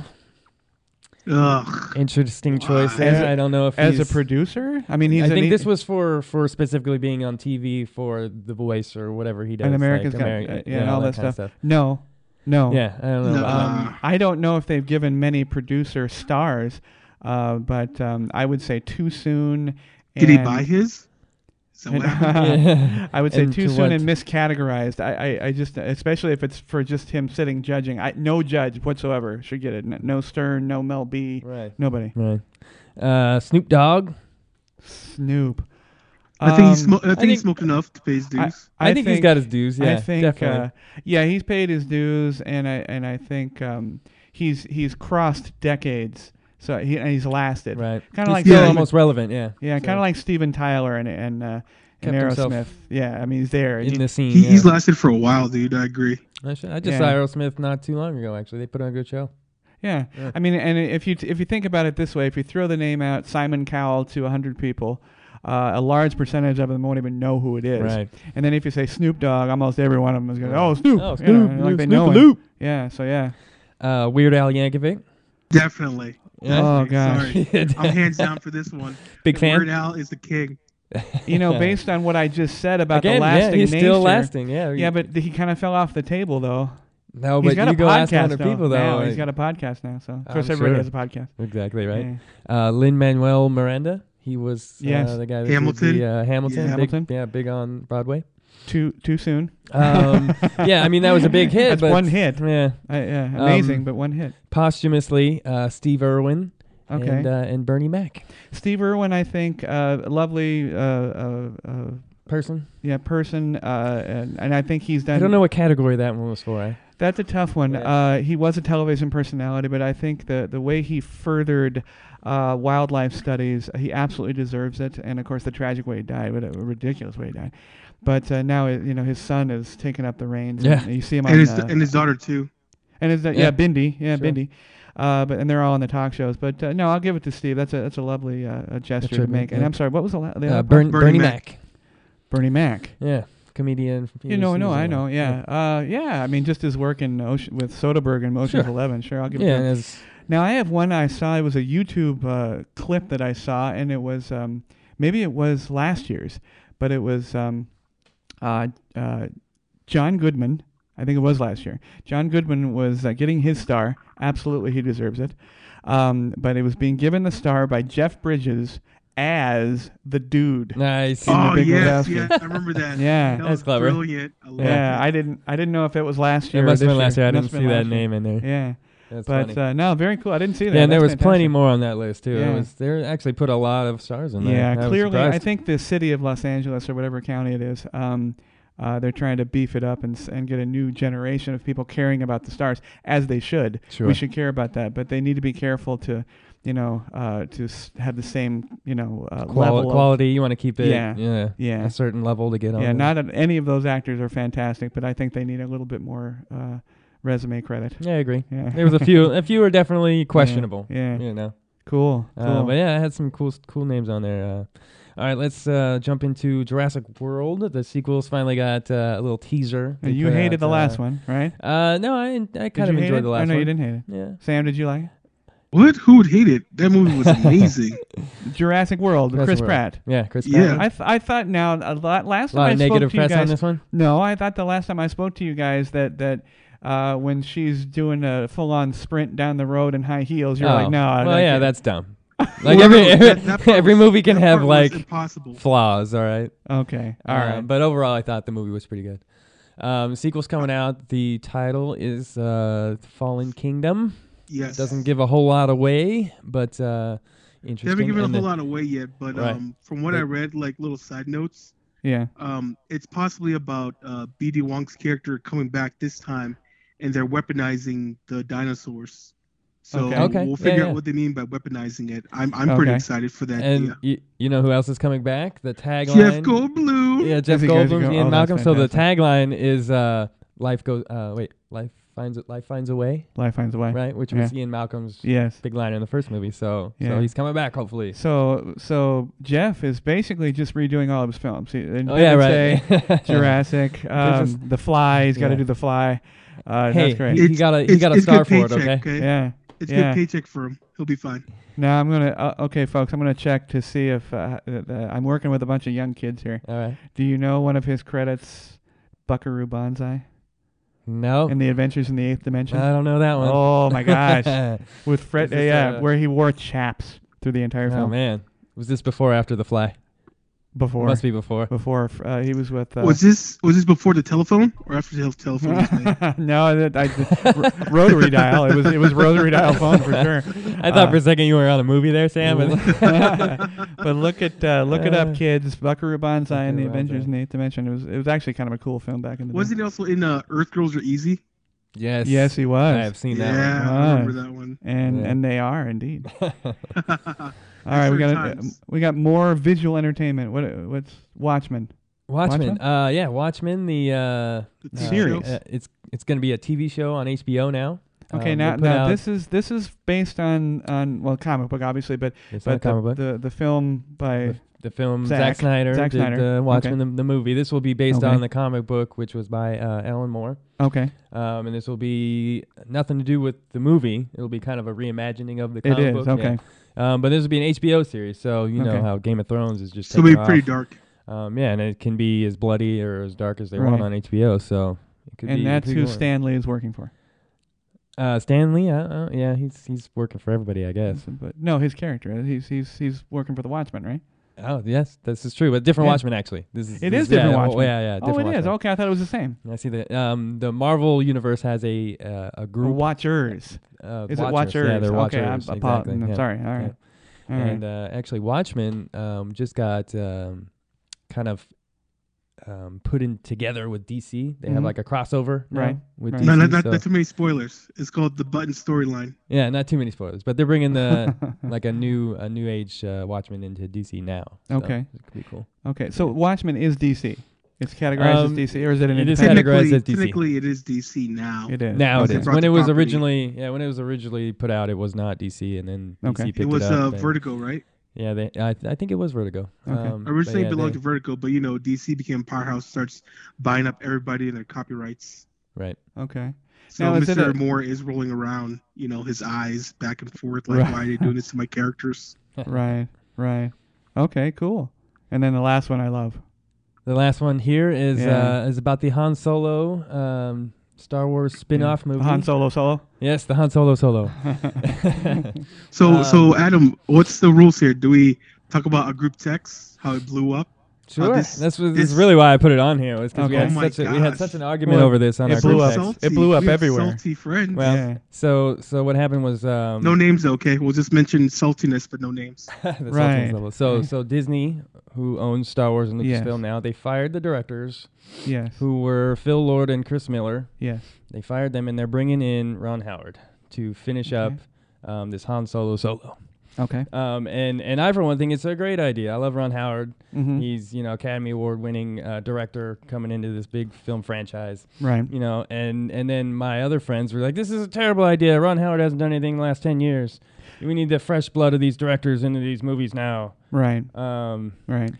Speaker 2: Uh,
Speaker 4: Ugh.
Speaker 3: interesting choice
Speaker 4: As
Speaker 3: there.
Speaker 2: a-
Speaker 3: I don't know if
Speaker 2: As a
Speaker 3: he's-
Speaker 2: producer, I mean, he's
Speaker 3: I think
Speaker 2: an, e
Speaker 3: this was for for specifically being on TV for The Voice or whatever he does.
Speaker 2: an American's
Speaker 3: like,
Speaker 2: got
Speaker 3: Ameri-
Speaker 2: uh, yeah, and all that,
Speaker 3: kinda
Speaker 2: stuff. No, no.
Speaker 3: Yeah, I don't know.
Speaker 4: No.
Speaker 3: about
Speaker 2: Um, I don't know if they've given many producer stars, uh, but um, I would say too soon.
Speaker 4: Did he
Speaker 2: and-
Speaker 4: buy his? Is that what happened?
Speaker 3: that. Yeah.
Speaker 2: I would say
Speaker 3: And
Speaker 2: too
Speaker 3: to
Speaker 2: soon
Speaker 3: what-
Speaker 2: and miscategorized. I, I, I just, especially if it's for just him sitting judging. I, no judge whatsoever should get it. N- No Stern, no Mel B,
Speaker 3: Right.
Speaker 2: nobody.
Speaker 3: Right. Uh, Snoop Dogg.
Speaker 2: Snoop.
Speaker 4: I think he
Speaker 2: Um,
Speaker 4: smo- I think, he
Speaker 3: think-
Speaker 4: smoked enough to pay his dues.
Speaker 3: I, think, he's got his dues. Yeah,
Speaker 2: I think,
Speaker 3: definitely.
Speaker 2: Uh, yeah, he's paid his dues, and I and I think um, he's he's crossed decades, so he and he's lasted.
Speaker 3: right.
Speaker 2: Kinda
Speaker 3: He's
Speaker 2: like
Speaker 3: still
Speaker 4: Steven-
Speaker 3: almost relevant. Yeah.
Speaker 2: Yeah, kind of like Steven Tyler and and uh, and
Speaker 3: Kept himself
Speaker 2: Aerosmith. Yeah, I mean he's there.
Speaker 3: in the scene.
Speaker 4: he,
Speaker 3: yeah.
Speaker 4: He's lasted for a while, dude. I agree.
Speaker 3: I, should, I
Speaker 2: Yeah.
Speaker 3: just saw Aerosmith not too long ago. Actually, they put on a good show.
Speaker 2: Yeah.
Speaker 3: Yeah.
Speaker 2: I mean, and if you if you think about it this way, if you throw the name out Simon Cowell to 100 people, uh, a large percentage of them won't even know who it is.
Speaker 3: Right.
Speaker 2: And then if you say Snoop Dogg, almost every one of them is going, to "Oh, Snoop."
Speaker 3: Oh,
Speaker 2: you know,
Speaker 3: Snoop,
Speaker 2: like they
Speaker 3: Snoop
Speaker 2: know
Speaker 3: the
Speaker 2: him.
Speaker 3: Loop.
Speaker 2: Yeah, so yeah.
Speaker 3: Uh, Weird Al Yankovic.
Speaker 4: Definitely.
Speaker 3: Yeah.
Speaker 2: Oh gosh.
Speaker 4: Sorry. I'm hands down for this one.
Speaker 3: Big fan.
Speaker 4: Weird Al is the king.
Speaker 2: You know, based on what I just said about the
Speaker 3: Again,
Speaker 2: lasting
Speaker 3: yeah, he's
Speaker 2: nature.
Speaker 3: still lasting. Yeah.
Speaker 2: Yeah, but he kind of fell off the table though.
Speaker 3: no,
Speaker 2: he's
Speaker 3: Oh, but
Speaker 2: got
Speaker 3: you
Speaker 2: a
Speaker 3: go ask
Speaker 2: podcast
Speaker 3: other people though.
Speaker 2: Now.
Speaker 3: like-
Speaker 2: He's got a podcast now, so of course
Speaker 3: I'm
Speaker 2: everybody
Speaker 3: sure.
Speaker 2: has a podcast.
Speaker 3: exactly right.
Speaker 2: Yeah.
Speaker 3: uh, Lin Manuel Miranda. He was
Speaker 2: Yes.
Speaker 3: uh, the guy that did
Speaker 4: Hamilton.
Speaker 3: the, uh, Hamilton,
Speaker 4: Yeah.
Speaker 3: big-
Speaker 2: Hamilton.
Speaker 3: yeah, big on Broadway.
Speaker 2: Too too soon.
Speaker 3: Um, yeah, I mean that was a big hit.
Speaker 2: That's
Speaker 3: but
Speaker 2: one hit.
Speaker 3: Yeah,
Speaker 2: Uh, yeah, amazing,
Speaker 3: Um,
Speaker 2: but one hit.
Speaker 3: posthumously, uh, Steve Irwin
Speaker 2: Okay.
Speaker 3: and uh, and Bernie Mac
Speaker 2: Steve Irwin, I think, uh, lovely, uh, uh, uh,
Speaker 3: person.
Speaker 2: yeah, person, uh, and, and I think he's done.
Speaker 3: I don't know what category that one was for. Uh, I,
Speaker 2: That's a tough one.
Speaker 3: Yeah.
Speaker 2: Uh, he was a television personality, but I think the the way he furthered uh, wildlife studies, he absolutely deserves it. And of course, the tragic way he died, what a ridiculous way he died. But uh, now, uh, you know, his son is taking up the reins.
Speaker 3: Yeah.
Speaker 2: and you see him on
Speaker 4: And his,
Speaker 2: uh,
Speaker 4: and his daughter, too.
Speaker 2: And is that
Speaker 3: Yeah.
Speaker 2: yeah, Bindi? Yeah,
Speaker 3: Sure.
Speaker 2: Bindi. Uh, but and they're all on the talk shows. But uh, no, I'll give it to Steve. That's a that's a lovely uh, a gesture to
Speaker 3: tribute,
Speaker 2: make. And
Speaker 3: yeah.
Speaker 2: I'm sorry, what was the, la- the
Speaker 3: uh,
Speaker 2: other
Speaker 3: Bern,
Speaker 2: part?
Speaker 3: Bernie
Speaker 4: Bernie Mac.
Speaker 3: Mac.
Speaker 2: Bernie Mac.
Speaker 3: Yeah, comedian. from
Speaker 2: You know,
Speaker 3: Peter
Speaker 2: no, I
Speaker 3: Strzok.
Speaker 2: know. Yeah, uh, yeah. I mean, just his work in Ocean, with Soderbergh and Ocean's
Speaker 3: Sure.
Speaker 2: Eleven. Sure, I'll give
Speaker 3: Yeah,
Speaker 2: it.
Speaker 3: and
Speaker 2: to him.
Speaker 3: it's
Speaker 2: Now I have one I saw. It was a YouTube uh, clip that I saw, and it was um, maybe it was last year's, but it was um, uh, uh, John Goodman. I think it was last year. John Goodman was uh, getting his star. Absolutely, he deserves it. Um, but it was being given the star by Jeff Bridges as the dude.
Speaker 3: nice.
Speaker 2: In the
Speaker 4: Oh
Speaker 2: Big
Speaker 4: yes,
Speaker 2: Lebowski.
Speaker 4: yeah, I remember that.
Speaker 2: Yeah.
Speaker 4: that
Speaker 3: That's
Speaker 4: was
Speaker 3: clever.
Speaker 4: Brilliant. I love
Speaker 2: Yeah,
Speaker 4: that.
Speaker 2: I didn't. I didn't know if it was last
Speaker 3: It
Speaker 2: year. or
Speaker 3: must have
Speaker 2: this
Speaker 3: been last year. I didn't
Speaker 2: Must have
Speaker 3: see
Speaker 2: been
Speaker 3: that
Speaker 2: last year.
Speaker 3: name in there.
Speaker 2: Yeah,
Speaker 3: That's funny.
Speaker 2: but uh, no, very cool. I didn't see that.
Speaker 3: yeah, and there was
Speaker 2: That's
Speaker 3: plenty
Speaker 2: fantastic.
Speaker 3: more on that list too.
Speaker 2: Yeah.
Speaker 3: It was they actually put a lot of stars in there.
Speaker 2: Yeah,
Speaker 3: I was
Speaker 2: clearly, I
Speaker 3: surprised.
Speaker 2: think the city of Los Angeles or whatever county it is, um, uh, they're trying to beef it up and s- and get a new generation of people caring about the stars as they should.
Speaker 3: Sure.
Speaker 2: We should care about that, but they need to be careful to, you know, uh, to s- have the same, you know, uh,
Speaker 3: Quali-
Speaker 2: level of-
Speaker 3: quality. You want to keep it.
Speaker 2: Yeah.
Speaker 3: yeah,
Speaker 2: Yeah.
Speaker 3: A certain level to get on.
Speaker 2: yeah,
Speaker 3: with.
Speaker 2: not that any of those actors are fantastic, but I think they need a little bit more uh, resume credit.
Speaker 3: Yeah, I agree.
Speaker 2: Yeah.
Speaker 3: There was a few. A few were definitely questionable.
Speaker 2: yeah.
Speaker 3: You know.
Speaker 2: Cool. Cool.
Speaker 3: Uh, but yeah, I had some cool s- cool names on there. Uh, all right, let's uh, jump into Jurassic World. The sequels finally got uh, a little teaser.
Speaker 2: And you hated the last one, right?
Speaker 3: one. Uh, no, I I
Speaker 2: Did
Speaker 3: uh, kind of
Speaker 2: you hate
Speaker 3: enjoyed
Speaker 2: it?
Speaker 3: the
Speaker 2: Or
Speaker 3: last
Speaker 2: no,
Speaker 3: one.
Speaker 2: you didn't hate it.
Speaker 3: Yeah.
Speaker 2: Sam, did you like it?
Speaker 4: What? Who would hate it? That movie was amazing.
Speaker 2: Jurassic World, with
Speaker 3: Jurassic
Speaker 2: Chris
Speaker 3: World.
Speaker 2: Pratt.
Speaker 3: Yeah, Chris.
Speaker 4: Yeah.
Speaker 3: Pratt.
Speaker 2: I, th- I thought now a lot last
Speaker 3: A lot
Speaker 2: time
Speaker 3: of
Speaker 2: I spoke
Speaker 3: negative
Speaker 2: to you
Speaker 3: press on
Speaker 2: guys.
Speaker 3: this one.
Speaker 2: No, I thought the last time I spoke to you guys that that uh, when she's doing a full on sprint down the road in high heels, you're like,
Speaker 3: Oh.
Speaker 2: no, I
Speaker 3: Well,
Speaker 2: like
Speaker 3: yeah,
Speaker 2: it.
Speaker 3: that's dumb. Like
Speaker 4: Well,
Speaker 3: every
Speaker 4: no, that- that part
Speaker 3: every
Speaker 4: was-
Speaker 3: movie can
Speaker 4: that
Speaker 3: have
Speaker 4: part was
Speaker 3: like
Speaker 4: impossible.
Speaker 3: flaws. All right.
Speaker 2: okay. All right.
Speaker 3: Uh, But overall, I thought the movie was pretty good. Um, sequel's coming out. The title is uh, Fallen Kingdom.
Speaker 4: Yes.
Speaker 3: Doesn't give a whole lot away, but uh,
Speaker 4: They
Speaker 3: interesting.
Speaker 4: haven't given a
Speaker 3: And
Speaker 4: whole
Speaker 3: the-
Speaker 4: lot away yet, but
Speaker 3: Right.
Speaker 4: um, from what I
Speaker 3: They-
Speaker 4: read, like little side notes,
Speaker 2: yeah.
Speaker 4: um, it's possibly about uh, BD Wong's character coming back this time, and they're weaponizing the dinosaurs. So
Speaker 2: Okay.
Speaker 3: Okay, yeah,
Speaker 4: we'll figure
Speaker 3: yeah.
Speaker 4: out what they mean by weaponizing it. I'm I'm pretty
Speaker 2: Okay.
Speaker 4: excited for that.
Speaker 3: And
Speaker 4: yeah.
Speaker 3: you, you know who else is coming back? The tagline.
Speaker 4: Jeff Goldblum.
Speaker 3: Yeah, Jeff
Speaker 2: he goes, he
Speaker 3: Goldblum
Speaker 2: goes-
Speaker 3: and
Speaker 2: oh, that's
Speaker 3: Malcolm. So the tagline is uh, "Life goes." Uh, wait, life finds life finds a way,
Speaker 2: Life finds a way.
Speaker 3: right? Which
Speaker 2: Yeah.
Speaker 3: was Ian Malcolm's
Speaker 2: Yes.
Speaker 3: big line in the first movie. So
Speaker 2: Yeah.
Speaker 3: so he's coming back hopefully.
Speaker 2: So so Jeff is basically just redoing all of his films. He, and
Speaker 3: Oh yeah,
Speaker 2: would
Speaker 3: right.
Speaker 2: say Jurassic, um,
Speaker 3: just-
Speaker 2: The Fly. He's got to
Speaker 3: Yeah.
Speaker 2: do The Fly. Uh,
Speaker 3: hey,
Speaker 2: that's great.
Speaker 3: he got a he
Speaker 4: It's-
Speaker 3: got a
Speaker 4: it's
Speaker 3: star
Speaker 4: good
Speaker 3: for it.
Speaker 4: paycheck,
Speaker 3: Okay.
Speaker 2: yeah.
Speaker 4: It's
Speaker 2: Yeah.
Speaker 4: good paycheck for him. He'll be fine.
Speaker 2: Now I'm gonna. Uh, okay, folks, I'm gonna check to see if uh, uh, uh, I'm working with a bunch of young kids here.
Speaker 3: All right.
Speaker 2: Do you know one of his credits, Buckaroo Banzai
Speaker 3: No,
Speaker 2: and the Adventures in the Eighth Dimension?
Speaker 3: I don't know Oh. that one.
Speaker 2: oh my gosh, with
Speaker 3: Is
Speaker 2: Fred,
Speaker 3: this,
Speaker 2: yeah,
Speaker 3: uh,
Speaker 2: where he wore chaps through the entire
Speaker 3: oh
Speaker 2: film.
Speaker 3: man, was this before or after the fly?
Speaker 2: Before,
Speaker 3: Must be before.
Speaker 2: before uh, he was with. Uh,
Speaker 4: was this was this before the telephone or after the telephone? was made?
Speaker 2: no, that I, ro- rotary dial. It was it was rotary dial phone for sure.
Speaker 3: I thought
Speaker 2: Uh,
Speaker 3: for a second you were on a movie there, Sam. and-
Speaker 2: but look at uh, look it
Speaker 3: Uh,
Speaker 2: up, kids. Buckaroo Banzai and the
Speaker 3: Buckaroo
Speaker 2: Adventures
Speaker 3: Banzai.
Speaker 2: in the Eighth Dimension. It was it was actually kind of a cool film back in the
Speaker 4: Wasn't
Speaker 2: day.
Speaker 4: he also in uh, Earth Girls Are Easy?
Speaker 3: yes.
Speaker 2: Yes, he
Speaker 3: I
Speaker 2: was.
Speaker 3: have seen
Speaker 4: yeah,
Speaker 3: that.
Speaker 4: I remember
Speaker 2: Nice.
Speaker 4: that one.
Speaker 2: and
Speaker 3: Yeah.
Speaker 2: and they are indeed.
Speaker 4: All
Speaker 2: All right, we
Speaker 4: Different
Speaker 2: got
Speaker 4: times.
Speaker 2: we got more visual entertainment. What what's Watchmen?
Speaker 3: One. Watchmen.
Speaker 2: Watchmen?
Speaker 3: Uh, yeah, Watchmen. The uh,
Speaker 4: The
Speaker 3: uh,
Speaker 2: Series.
Speaker 3: uh, it's it's going to be a TV show on HBO now.
Speaker 2: Okay,
Speaker 3: Um, they
Speaker 2: now
Speaker 3: put
Speaker 2: now
Speaker 3: out-
Speaker 2: this is this is based on on well comic book obviously, but
Speaker 3: it's not a
Speaker 2: but the,
Speaker 3: comic book.
Speaker 2: the the film by
Speaker 3: the film
Speaker 2: Zack-
Speaker 3: Zack, Snyder
Speaker 2: Zack
Speaker 3: did
Speaker 2: Snyder.
Speaker 3: uh, Watchmen the, the movie. This will be based
Speaker 2: Okay.
Speaker 3: on the comic book, which was by uh, Alan Moore.
Speaker 2: okay
Speaker 3: Um, and this will be nothing to do with the movie. It'll be kind of a reimagining of the
Speaker 2: it
Speaker 3: comic
Speaker 2: is
Speaker 3: book. yeah.
Speaker 2: okay
Speaker 3: Um, but this will be an HBO series, so you
Speaker 2: Okay.
Speaker 3: know how Game of Thrones is just
Speaker 4: So it'll
Speaker 3: taking
Speaker 4: be pretty
Speaker 3: off.
Speaker 4: dark.
Speaker 3: Um, yeah, and it can be as bloody or as dark as they want
Speaker 2: Right.
Speaker 3: on HBO. So it could be.
Speaker 2: and
Speaker 3: it
Speaker 2: that's
Speaker 3: could be
Speaker 2: who
Speaker 3: more.
Speaker 2: Stan Lee is working for.
Speaker 3: Uh, Stan Lee. Uh, uh, yeah, he's he's working for everybody, I guess.
Speaker 2: But no, his character he's he's he's working for the Watchmen, right?
Speaker 3: Oh yes, this is true. But different
Speaker 2: Mm. Yeah.
Speaker 3: Watchmen actually. This is
Speaker 2: It
Speaker 3: this,
Speaker 2: is different
Speaker 3: yeah, oh,
Speaker 2: Watchmen.
Speaker 3: yeah, yeah.
Speaker 2: Oh, it is.
Speaker 3: Different Watchmen.
Speaker 2: Okay, I thought it was the same.
Speaker 3: I see that. Um, the Marvel universe has a uh, a group.
Speaker 2: Watchers.
Speaker 3: uh,
Speaker 2: Is
Speaker 3: watchers.
Speaker 2: it Watchers?
Speaker 3: Yeah, they're
Speaker 2: okay,
Speaker 3: Watchers.
Speaker 2: I'm,
Speaker 3: exactly.
Speaker 2: apo- I'm
Speaker 3: yeah.
Speaker 2: sorry. All right. All right.
Speaker 3: And uh, actually, Watchmen um, just got um, kind of um, put in together with DC. They
Speaker 2: Mhm.
Speaker 3: have like a crossover, now
Speaker 2: Right,
Speaker 3: With
Speaker 2: right.
Speaker 3: DC.
Speaker 4: No, not, not,
Speaker 3: so-
Speaker 4: not too many spoilers. It's called the Button storyline.
Speaker 3: yeah, not too many spoilers, but they're bringing the uh, like a new a new age uh, Watchmen into DC now. So
Speaker 2: Okay.
Speaker 3: it could be cool.
Speaker 2: okay, so Watchmen is DC. It's categorized as
Speaker 3: Um,
Speaker 2: DC, or is it an
Speaker 3: it is
Speaker 2: independent?
Speaker 3: categorized
Speaker 4: Technically,
Speaker 3: as DC.
Speaker 4: technically, it is DC now.
Speaker 2: It is.
Speaker 3: Now it
Speaker 4: They
Speaker 3: is.
Speaker 4: brought
Speaker 3: When
Speaker 4: the
Speaker 3: it was
Speaker 4: property-
Speaker 3: originally yeah, when it was originally put out, it was not DC, and then
Speaker 2: Okay.
Speaker 3: DC
Speaker 2: It
Speaker 3: picked
Speaker 4: It
Speaker 3: it,
Speaker 4: was
Speaker 3: up.
Speaker 4: uh,
Speaker 3: and-
Speaker 4: Vertigo, right?
Speaker 3: Yeah, they, I, th- I think it was Vertigo.
Speaker 2: Okay.
Speaker 3: Um, but
Speaker 4: Originally
Speaker 3: yeah,
Speaker 4: belonged
Speaker 3: they-
Speaker 4: to Vertigo, but you know DC became a powerhouse, starts buying up everybody and their copyrights.
Speaker 3: right.
Speaker 2: Okay.
Speaker 4: So
Speaker 2: Now, is it
Speaker 4: Mr.
Speaker 2: a-
Speaker 4: Moore is rolling around, you know, his eyes back and forth, like,
Speaker 2: Right.
Speaker 4: why are they doing this to my characters?
Speaker 2: right. Right. Okay. Cool. And then the last one I love.
Speaker 3: The last one here is
Speaker 2: Yeah.
Speaker 3: uh, is about the Han Solo um, Star Wars spin-off movie.
Speaker 2: Han Solo solo.
Speaker 3: Yes, the Han Solo solo.
Speaker 4: So,
Speaker 3: Um,
Speaker 4: so Adam, what's the rules here? Do we talk about a group text, how it blew up?
Speaker 3: Sure.
Speaker 4: this-
Speaker 3: That's what, this is
Speaker 4: this-
Speaker 3: really why I put it on here was because we,
Speaker 2: Okay.
Speaker 3: had
Speaker 2: Oh
Speaker 4: my
Speaker 3: such a- we had
Speaker 4: gosh.
Speaker 3: such an argument
Speaker 2: Well,
Speaker 3: over this on
Speaker 2: it
Speaker 3: our
Speaker 2: blew
Speaker 3: group
Speaker 2: up.
Speaker 3: text.
Speaker 2: It blew up
Speaker 4: We have
Speaker 2: everywhere.
Speaker 4: Salty friends.
Speaker 3: Well,
Speaker 2: Yeah.
Speaker 3: So so what happened was um,
Speaker 4: no names, though, okay? We'll just mention saltiness, but no names.
Speaker 3: the Sultan's
Speaker 2: Right.
Speaker 3: level. So so Disney, who owns Star Wars and Lucasfilm
Speaker 2: Yes.
Speaker 3: now, they fired the directors
Speaker 2: Yes.
Speaker 3: who were Phil Lord and Chris Miller.
Speaker 2: Yes.
Speaker 3: They fired them and they're bringing in Ron Howard to finish
Speaker 2: Okay.
Speaker 3: up um, this Han Solo solo.
Speaker 2: Okay.
Speaker 3: Um, and and I for one think it's a great idea. I love Ron Howard.
Speaker 2: Mhm.
Speaker 3: He's you know Academy Award winning uh, director coming into this big film franchise.
Speaker 2: Right.
Speaker 3: You know, and and then my other friends were like, "This is a terrible idea. Ron Howard hasn't done anything in the last ten years. We need the fresh blood of these directors into these movies now."
Speaker 2: Right.
Speaker 3: Um,
Speaker 2: Right.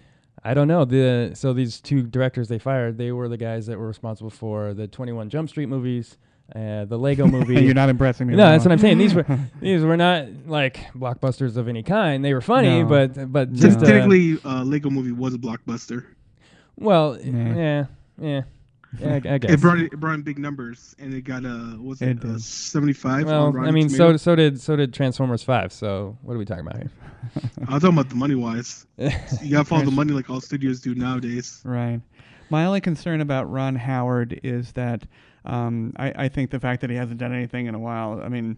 Speaker 3: I don't know the so these two directors they fired. They were the guys that were responsible for the Twenty One Jump Street movies, uh, the Lego movie.
Speaker 2: You're not impressing me.
Speaker 3: No,
Speaker 2: with
Speaker 3: that's
Speaker 2: that
Speaker 3: what I'm saying. These were these were not like blockbusters of any kind. They were funny,
Speaker 2: No.
Speaker 3: but but
Speaker 2: Yeah.
Speaker 3: just uh,
Speaker 4: Technically, uh, Lego Movie was a blockbuster.
Speaker 3: well,
Speaker 2: Nah.
Speaker 3: yeah, yeah, yeah. I, I guess.
Speaker 4: It brought it brought in big numbers, and it got a what was
Speaker 2: It
Speaker 4: it,
Speaker 2: did.
Speaker 4: seventy five?
Speaker 3: well, I mean, so so did so did Transformers Five. So what are we talking about here?
Speaker 4: I was talking about the money wise. You gotta follow the money like all studios do nowadays.
Speaker 2: Right. My only concern about Ron Howard is that um, I, I think the fact that he hasn't done anything in a while. I mean,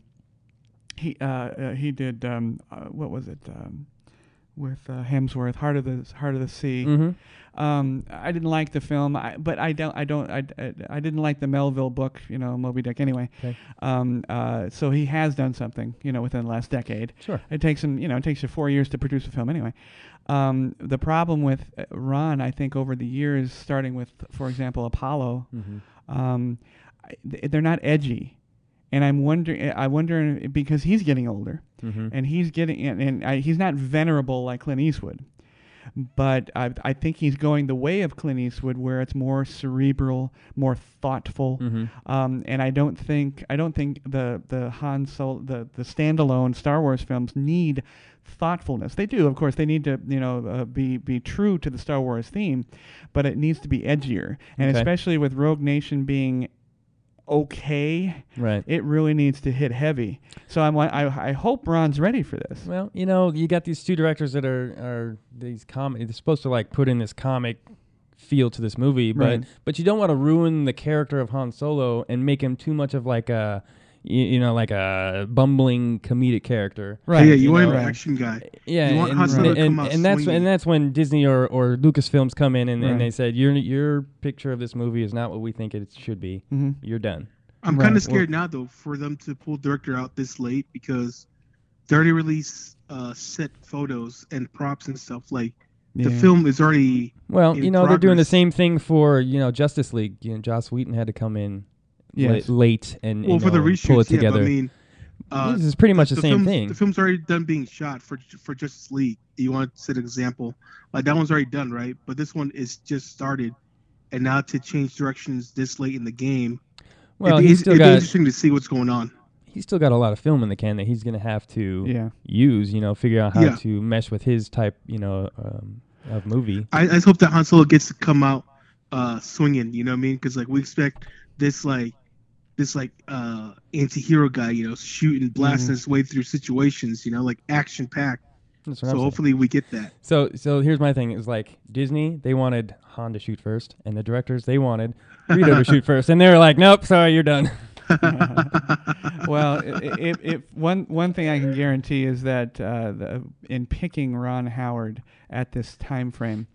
Speaker 2: he uh, uh, he did um, uh, what was it um, with uh, Hemsworth, Heart of the Heart of the Sea.
Speaker 3: hmm
Speaker 2: Um, I didn't like the film, I, but I don't. I don't. I, I, I didn't like the Melville book. You know, Moby Dick. Anyway,
Speaker 3: Okay.
Speaker 2: um, uh, so he has done something. You know, within the last decade.
Speaker 3: Sure.
Speaker 2: It takes him, you know, it takes you four years to produce a film anyway. Um, the problem with uh, Ron, I think, over the years, starting with, for example, Apollo,
Speaker 3: Mhm.
Speaker 2: um, I- th- they're not edgy, and I'm wondering, I wonder because he's getting older,
Speaker 3: Mhm.
Speaker 2: and he's getting, and, and I, he's not venerable like Clint Eastwood, but I, I think he's going the way of Clint Eastwood, where it's more cerebral, more thoughtful.
Speaker 3: Mhm.
Speaker 2: Um, and I don't think I don't think the the Han Solo the the standalone Star Wars films need thoughtfulness. They do, of course. They need to you know uh, be be true to the Star Wars theme, but it needs to be edgier. And
Speaker 3: Okay.
Speaker 2: especially with Rogue Nation being okay,
Speaker 3: Right.
Speaker 2: it really needs to hit heavy. So I'm like, I I hope Ron's ready for this.
Speaker 3: Well, you know, you got these two directors that are are these comic. They're supposed to like put in this comic feel to this movie, but
Speaker 2: Right.
Speaker 3: but you don't want to ruin the character of Han Solo and make him too much of like a you, you know like a bumbling comedic character.
Speaker 2: Right.
Speaker 4: yeah, you, want
Speaker 2: know,
Speaker 4: an
Speaker 2: right.
Speaker 4: action guy.
Speaker 3: Yeah,
Speaker 4: You want
Speaker 3: and,
Speaker 4: Han Solo
Speaker 3: and,
Speaker 4: to come
Speaker 3: and,
Speaker 4: out
Speaker 3: and that's
Speaker 4: swinging.
Speaker 3: and that's when Disney or, or Lucasfilms come in and,
Speaker 2: Right.
Speaker 3: and they said your your picture of this movie is not what we think it should be.
Speaker 2: Mhm.
Speaker 3: You're done.
Speaker 4: I'm
Speaker 2: Right,
Speaker 4: kind
Speaker 2: well-
Speaker 4: of scared now though for them to pull director out this late because they already released uh, set photos and props and stuff. Like the
Speaker 2: Yeah.
Speaker 4: film is already
Speaker 3: Well,
Speaker 4: In
Speaker 3: you know they're doing the
Speaker 4: progress.
Speaker 3: same thing for you know Justice League. You know Joss Whedon had to come in
Speaker 2: Yes.
Speaker 3: la- late and
Speaker 4: well
Speaker 3: you
Speaker 4: for the
Speaker 3: know, pull it
Speaker 4: reshoots. Yeah,
Speaker 3: together.
Speaker 4: but I mean, uh,
Speaker 3: this is pretty much the, same
Speaker 4: film's,
Speaker 3: thing.
Speaker 4: The film's already done being shot for for Justice League. You want to set an example like that one's already done, right? But this one is just started, and now to change directions this late in the game,
Speaker 3: well,
Speaker 4: it'd be,
Speaker 3: he's
Speaker 4: it's-
Speaker 3: still
Speaker 4: it'd be
Speaker 3: got
Speaker 4: interesting to see what's going on.
Speaker 3: he's still got a lot of film in the can that he's going to have to
Speaker 2: Yeah.
Speaker 3: use. You know, figure out how
Speaker 4: Yeah.
Speaker 3: to mesh with his type. You know, um, of movie.
Speaker 4: I, I just hope that Han Solo gets to come out uh, swinging. You know what I mean? Because like we expect this like this like uh, anti-hero guy, you know, shooting,
Speaker 3: Mm-hmm.
Speaker 4: blasting his way through situations. You know, like action packed.
Speaker 3: That's what
Speaker 4: So
Speaker 3: I'm saying.
Speaker 4: hopefully we get that.
Speaker 3: So, so here's my thing: is like Disney, they wanted Han to shoot first, and the directors they wanted Rito to shoot first, and they were like, "Nope, sorry, you're done."
Speaker 2: well, if, if one one thing I can guarantee is that uh, the, in picking Ron Howard at this time frame,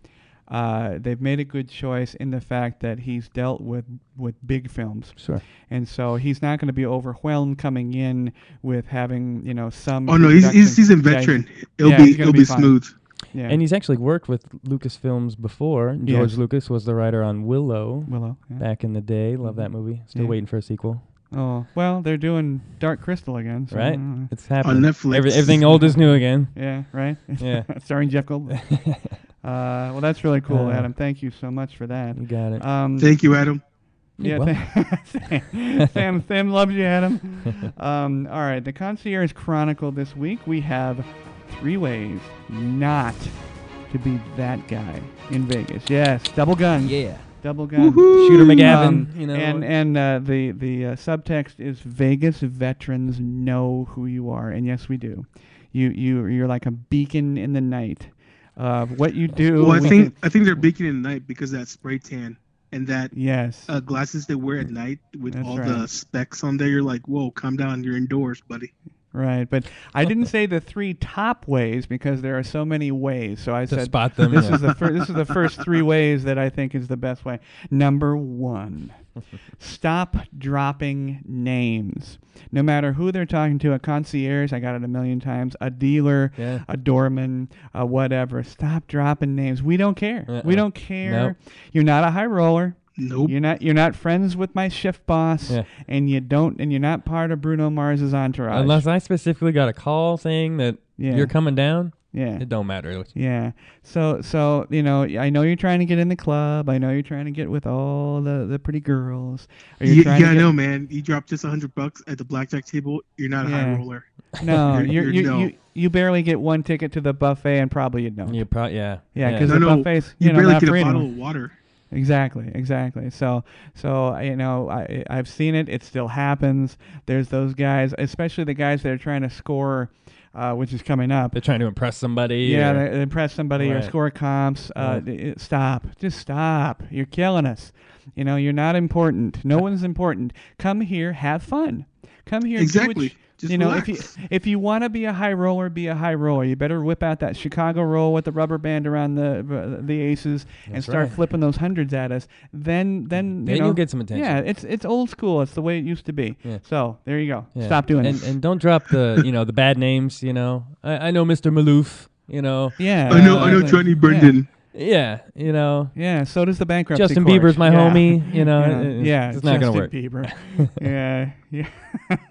Speaker 2: uh, they've made a good choice in the fact that he's dealt with with big films,
Speaker 3: Sure.
Speaker 2: and so he's not going to be overwhelmed coming in with having you know some.
Speaker 4: Oh no, he's he's, he's a
Speaker 2: introduction. Yeah,
Speaker 4: veteran. It'll
Speaker 2: yeah,
Speaker 4: be
Speaker 2: he's gonna
Speaker 4: it'll
Speaker 2: be
Speaker 4: be,
Speaker 2: fine.
Speaker 4: smooth.
Speaker 2: Yeah,
Speaker 3: And he's actually worked with Lucasfilms before. George
Speaker 2: Yes.
Speaker 3: Lucas was the writer on Willow
Speaker 2: Willow. yeah.
Speaker 3: back in the day. Love that movie. Still
Speaker 2: Mm-hmm. Yeah.
Speaker 3: waiting for a sequel.
Speaker 2: Oh well, they're doing Dark Crystal again, so,
Speaker 3: Right?
Speaker 2: uh,
Speaker 3: It's
Speaker 4: on
Speaker 3: happening.
Speaker 4: Netflix.
Speaker 3: Every, everything old is new again.
Speaker 2: yeah, right.
Speaker 3: Yeah.
Speaker 2: Starring Jeff Goldblum. Uh, well, that's really cool,
Speaker 3: Uh,
Speaker 2: Adam. Thank you so much for that.
Speaker 3: You got it.
Speaker 2: Um,
Speaker 4: Thank you, Adam.
Speaker 3: You're
Speaker 2: yeah, th- Sam, Sam, Sam loves you, Adam. Um, all right, the Concierge Chronicle this week we have three ways not to be that guy in Vegas. Yes, double gun,
Speaker 3: yeah.
Speaker 2: double gun.
Speaker 3: Shooter McGavin,
Speaker 2: Um,
Speaker 3: you know.
Speaker 2: and and uh, the the uh, subtext is Vegas veterans know who you are, and yes, we do. You you you're like a beacon in the night. Uh, what you do,
Speaker 4: Well, I
Speaker 2: we
Speaker 4: think I think they're baking in the night because of that spray tan and that
Speaker 2: yes,
Speaker 4: uh, glasses they wear at night with
Speaker 2: That's
Speaker 4: all
Speaker 2: right.
Speaker 4: the specs on there. You're like, whoa, calm down. You're indoors, buddy.
Speaker 2: right. But I didn't say the three top ways because there are so many ways. So I
Speaker 3: to
Speaker 2: said
Speaker 3: spot them.
Speaker 2: this
Speaker 3: yeah.
Speaker 2: is the first this is the first three ways that I think is the best way. Number 1. Stop dropping names. No matter who they're talking to, a concierge, I got it a million times, a dealer,
Speaker 3: Yeah.
Speaker 2: a doorman, a whatever. Stop dropping names. We don't care.
Speaker 3: Uh-uh.
Speaker 2: We don't care.
Speaker 3: Nope.
Speaker 2: You're not a high roller.
Speaker 4: Nope.
Speaker 2: You're not you're not friends with my shift boss
Speaker 3: Yeah.
Speaker 2: and you don't and you're not part of Bruno Mars's entourage.
Speaker 3: Unless I specifically got a call saying that
Speaker 2: Yeah.
Speaker 3: you're coming down,
Speaker 2: yeah.
Speaker 3: it don't matter.
Speaker 2: Yeah. So so you know, I know you're trying to get in the club. I know you're trying to get with all the the pretty girls. Are
Speaker 4: You,
Speaker 2: you
Speaker 4: you
Speaker 2: trying
Speaker 4: gotta
Speaker 2: to
Speaker 4: know, man. You drop just a hundred bucks at the blackjack table. You're not a
Speaker 2: Yeah.
Speaker 4: high roller.
Speaker 2: get, no,
Speaker 4: You're-
Speaker 2: you're,
Speaker 4: you're
Speaker 2: you
Speaker 4: no.
Speaker 2: you you barely get one ticket to the buffet, and probably you don't.
Speaker 3: You pro- yeah.
Speaker 2: Yeah, because
Speaker 4: No,
Speaker 2: the
Speaker 4: no,
Speaker 2: buffets, you,
Speaker 4: You,
Speaker 2: know,
Speaker 4: barely
Speaker 2: not
Speaker 4: get a
Speaker 2: for anyone.
Speaker 4: bottle of water.
Speaker 2: Exactly, exactly. So, so you know, I I've seen it. It still happens. There's those guys, especially the guys that are trying to score, uh, which is coming up.
Speaker 3: they're trying to impress somebody.
Speaker 2: Yeah,
Speaker 3: or-
Speaker 2: they- they impress somebody or
Speaker 3: Right.
Speaker 2: score comps. Uh,
Speaker 3: Right.
Speaker 2: d- it- stop. Just stop. You're killing us. You know, you're not important. No one's important. Come here, have fun. Come here. do what
Speaker 4: Exactly.
Speaker 2: you-
Speaker 4: Just
Speaker 2: you know, if
Speaker 4: relax.
Speaker 2: you if you want to be a high roller, be a high roller. You better whip out that Chicago roll with the rubber band around the the aces and
Speaker 3: That's
Speaker 2: start
Speaker 3: right.
Speaker 2: flipping those hundreds at us. Then then you
Speaker 3: Then
Speaker 2: know,
Speaker 3: you'll get some attention.
Speaker 2: Yeah, it's it's old school. It's the way it used to be.
Speaker 3: Yeah.
Speaker 2: So there you go.
Speaker 3: Yeah.
Speaker 2: Stop doing
Speaker 3: and,
Speaker 2: it.
Speaker 3: And don't drop the you know the bad names. You know, I, I know Mr. Maloof. You know,
Speaker 2: yeah,
Speaker 4: I know. I know
Speaker 2: exactly. Uh,
Speaker 4: Johnny
Speaker 2: Yeah.
Speaker 4: Brendan.
Speaker 3: yeah, you know,
Speaker 2: Yeah, so does the bankruptcy.
Speaker 3: Justin
Speaker 2: court.
Speaker 3: Bieber's my
Speaker 2: Yeah.
Speaker 3: homie. You know,
Speaker 2: yeah,
Speaker 3: it- it's,
Speaker 2: yeah,
Speaker 3: it's not gonna
Speaker 2: Justin
Speaker 3: work.
Speaker 2: Bieber. yeah, yeah.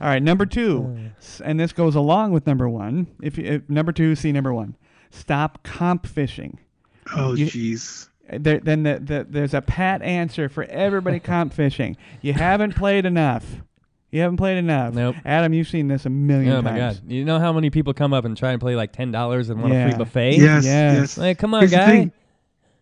Speaker 2: All right, number
Speaker 3: Uh.
Speaker 2: two, S- and this goes along with number one. If, you, if number two, see number one. Stop comp fishing.
Speaker 4: Oh,
Speaker 2: You-
Speaker 4: jeez.
Speaker 2: Uh, There, then the, the, there's a pat answer for everybody comp fishing. You haven't played enough. You haven't played enough.
Speaker 3: Nope.
Speaker 2: Adam, you've seen this a million
Speaker 3: Oh
Speaker 2: times.
Speaker 3: my god! You know how many people come up and try and play like ten dollars and want
Speaker 2: Yeah.
Speaker 3: a free buffet?
Speaker 2: yes.
Speaker 4: Yes. Yes.
Speaker 3: Like, come on,
Speaker 4: Here's the
Speaker 3: guy.
Speaker 4: thing.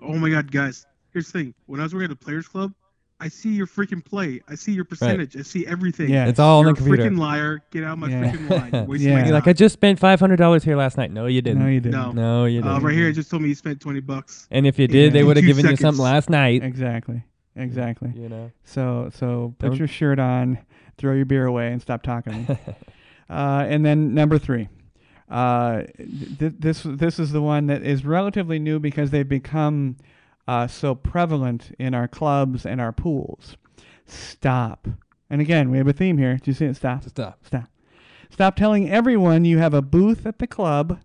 Speaker 4: Oh my God, guys. Here's the thing. When I was working at the Players Club, I see your freaking play. I see your percentage. I see everything.
Speaker 2: Yeah.
Speaker 3: It's all on
Speaker 4: You're
Speaker 3: the
Speaker 4: a
Speaker 3: computer.
Speaker 4: freaking liar. Get out of my
Speaker 2: Yeah.
Speaker 4: freaking line. You're wasting
Speaker 2: Yeah.
Speaker 4: my
Speaker 2: You're
Speaker 3: You're like, I
Speaker 4: time.
Speaker 3: just spent five hundred dollars here last night. No, you didn't.
Speaker 2: No, you didn't.
Speaker 4: No.
Speaker 3: No, you didn't.
Speaker 4: Uh, right here, it just told me you spent twenty bucks.
Speaker 3: And if you did, they
Speaker 2: In
Speaker 3: would have
Speaker 4: two
Speaker 3: given you
Speaker 4: seconds.
Speaker 3: something last night.
Speaker 2: Exactly. Exactly.
Speaker 3: You know.
Speaker 2: So so put
Speaker 3: Don't-
Speaker 2: your shirt on, throw your beer away, and stop talking. to me. uh, and then number three, uh, th- this this is the one that is relatively new because they've become uh, so prevalent in our clubs and our pools. Stop. And again, we have a theme here. Do you see it? Stop.
Speaker 3: Stop.
Speaker 2: Stop. Stop telling everyone you have a booth at the club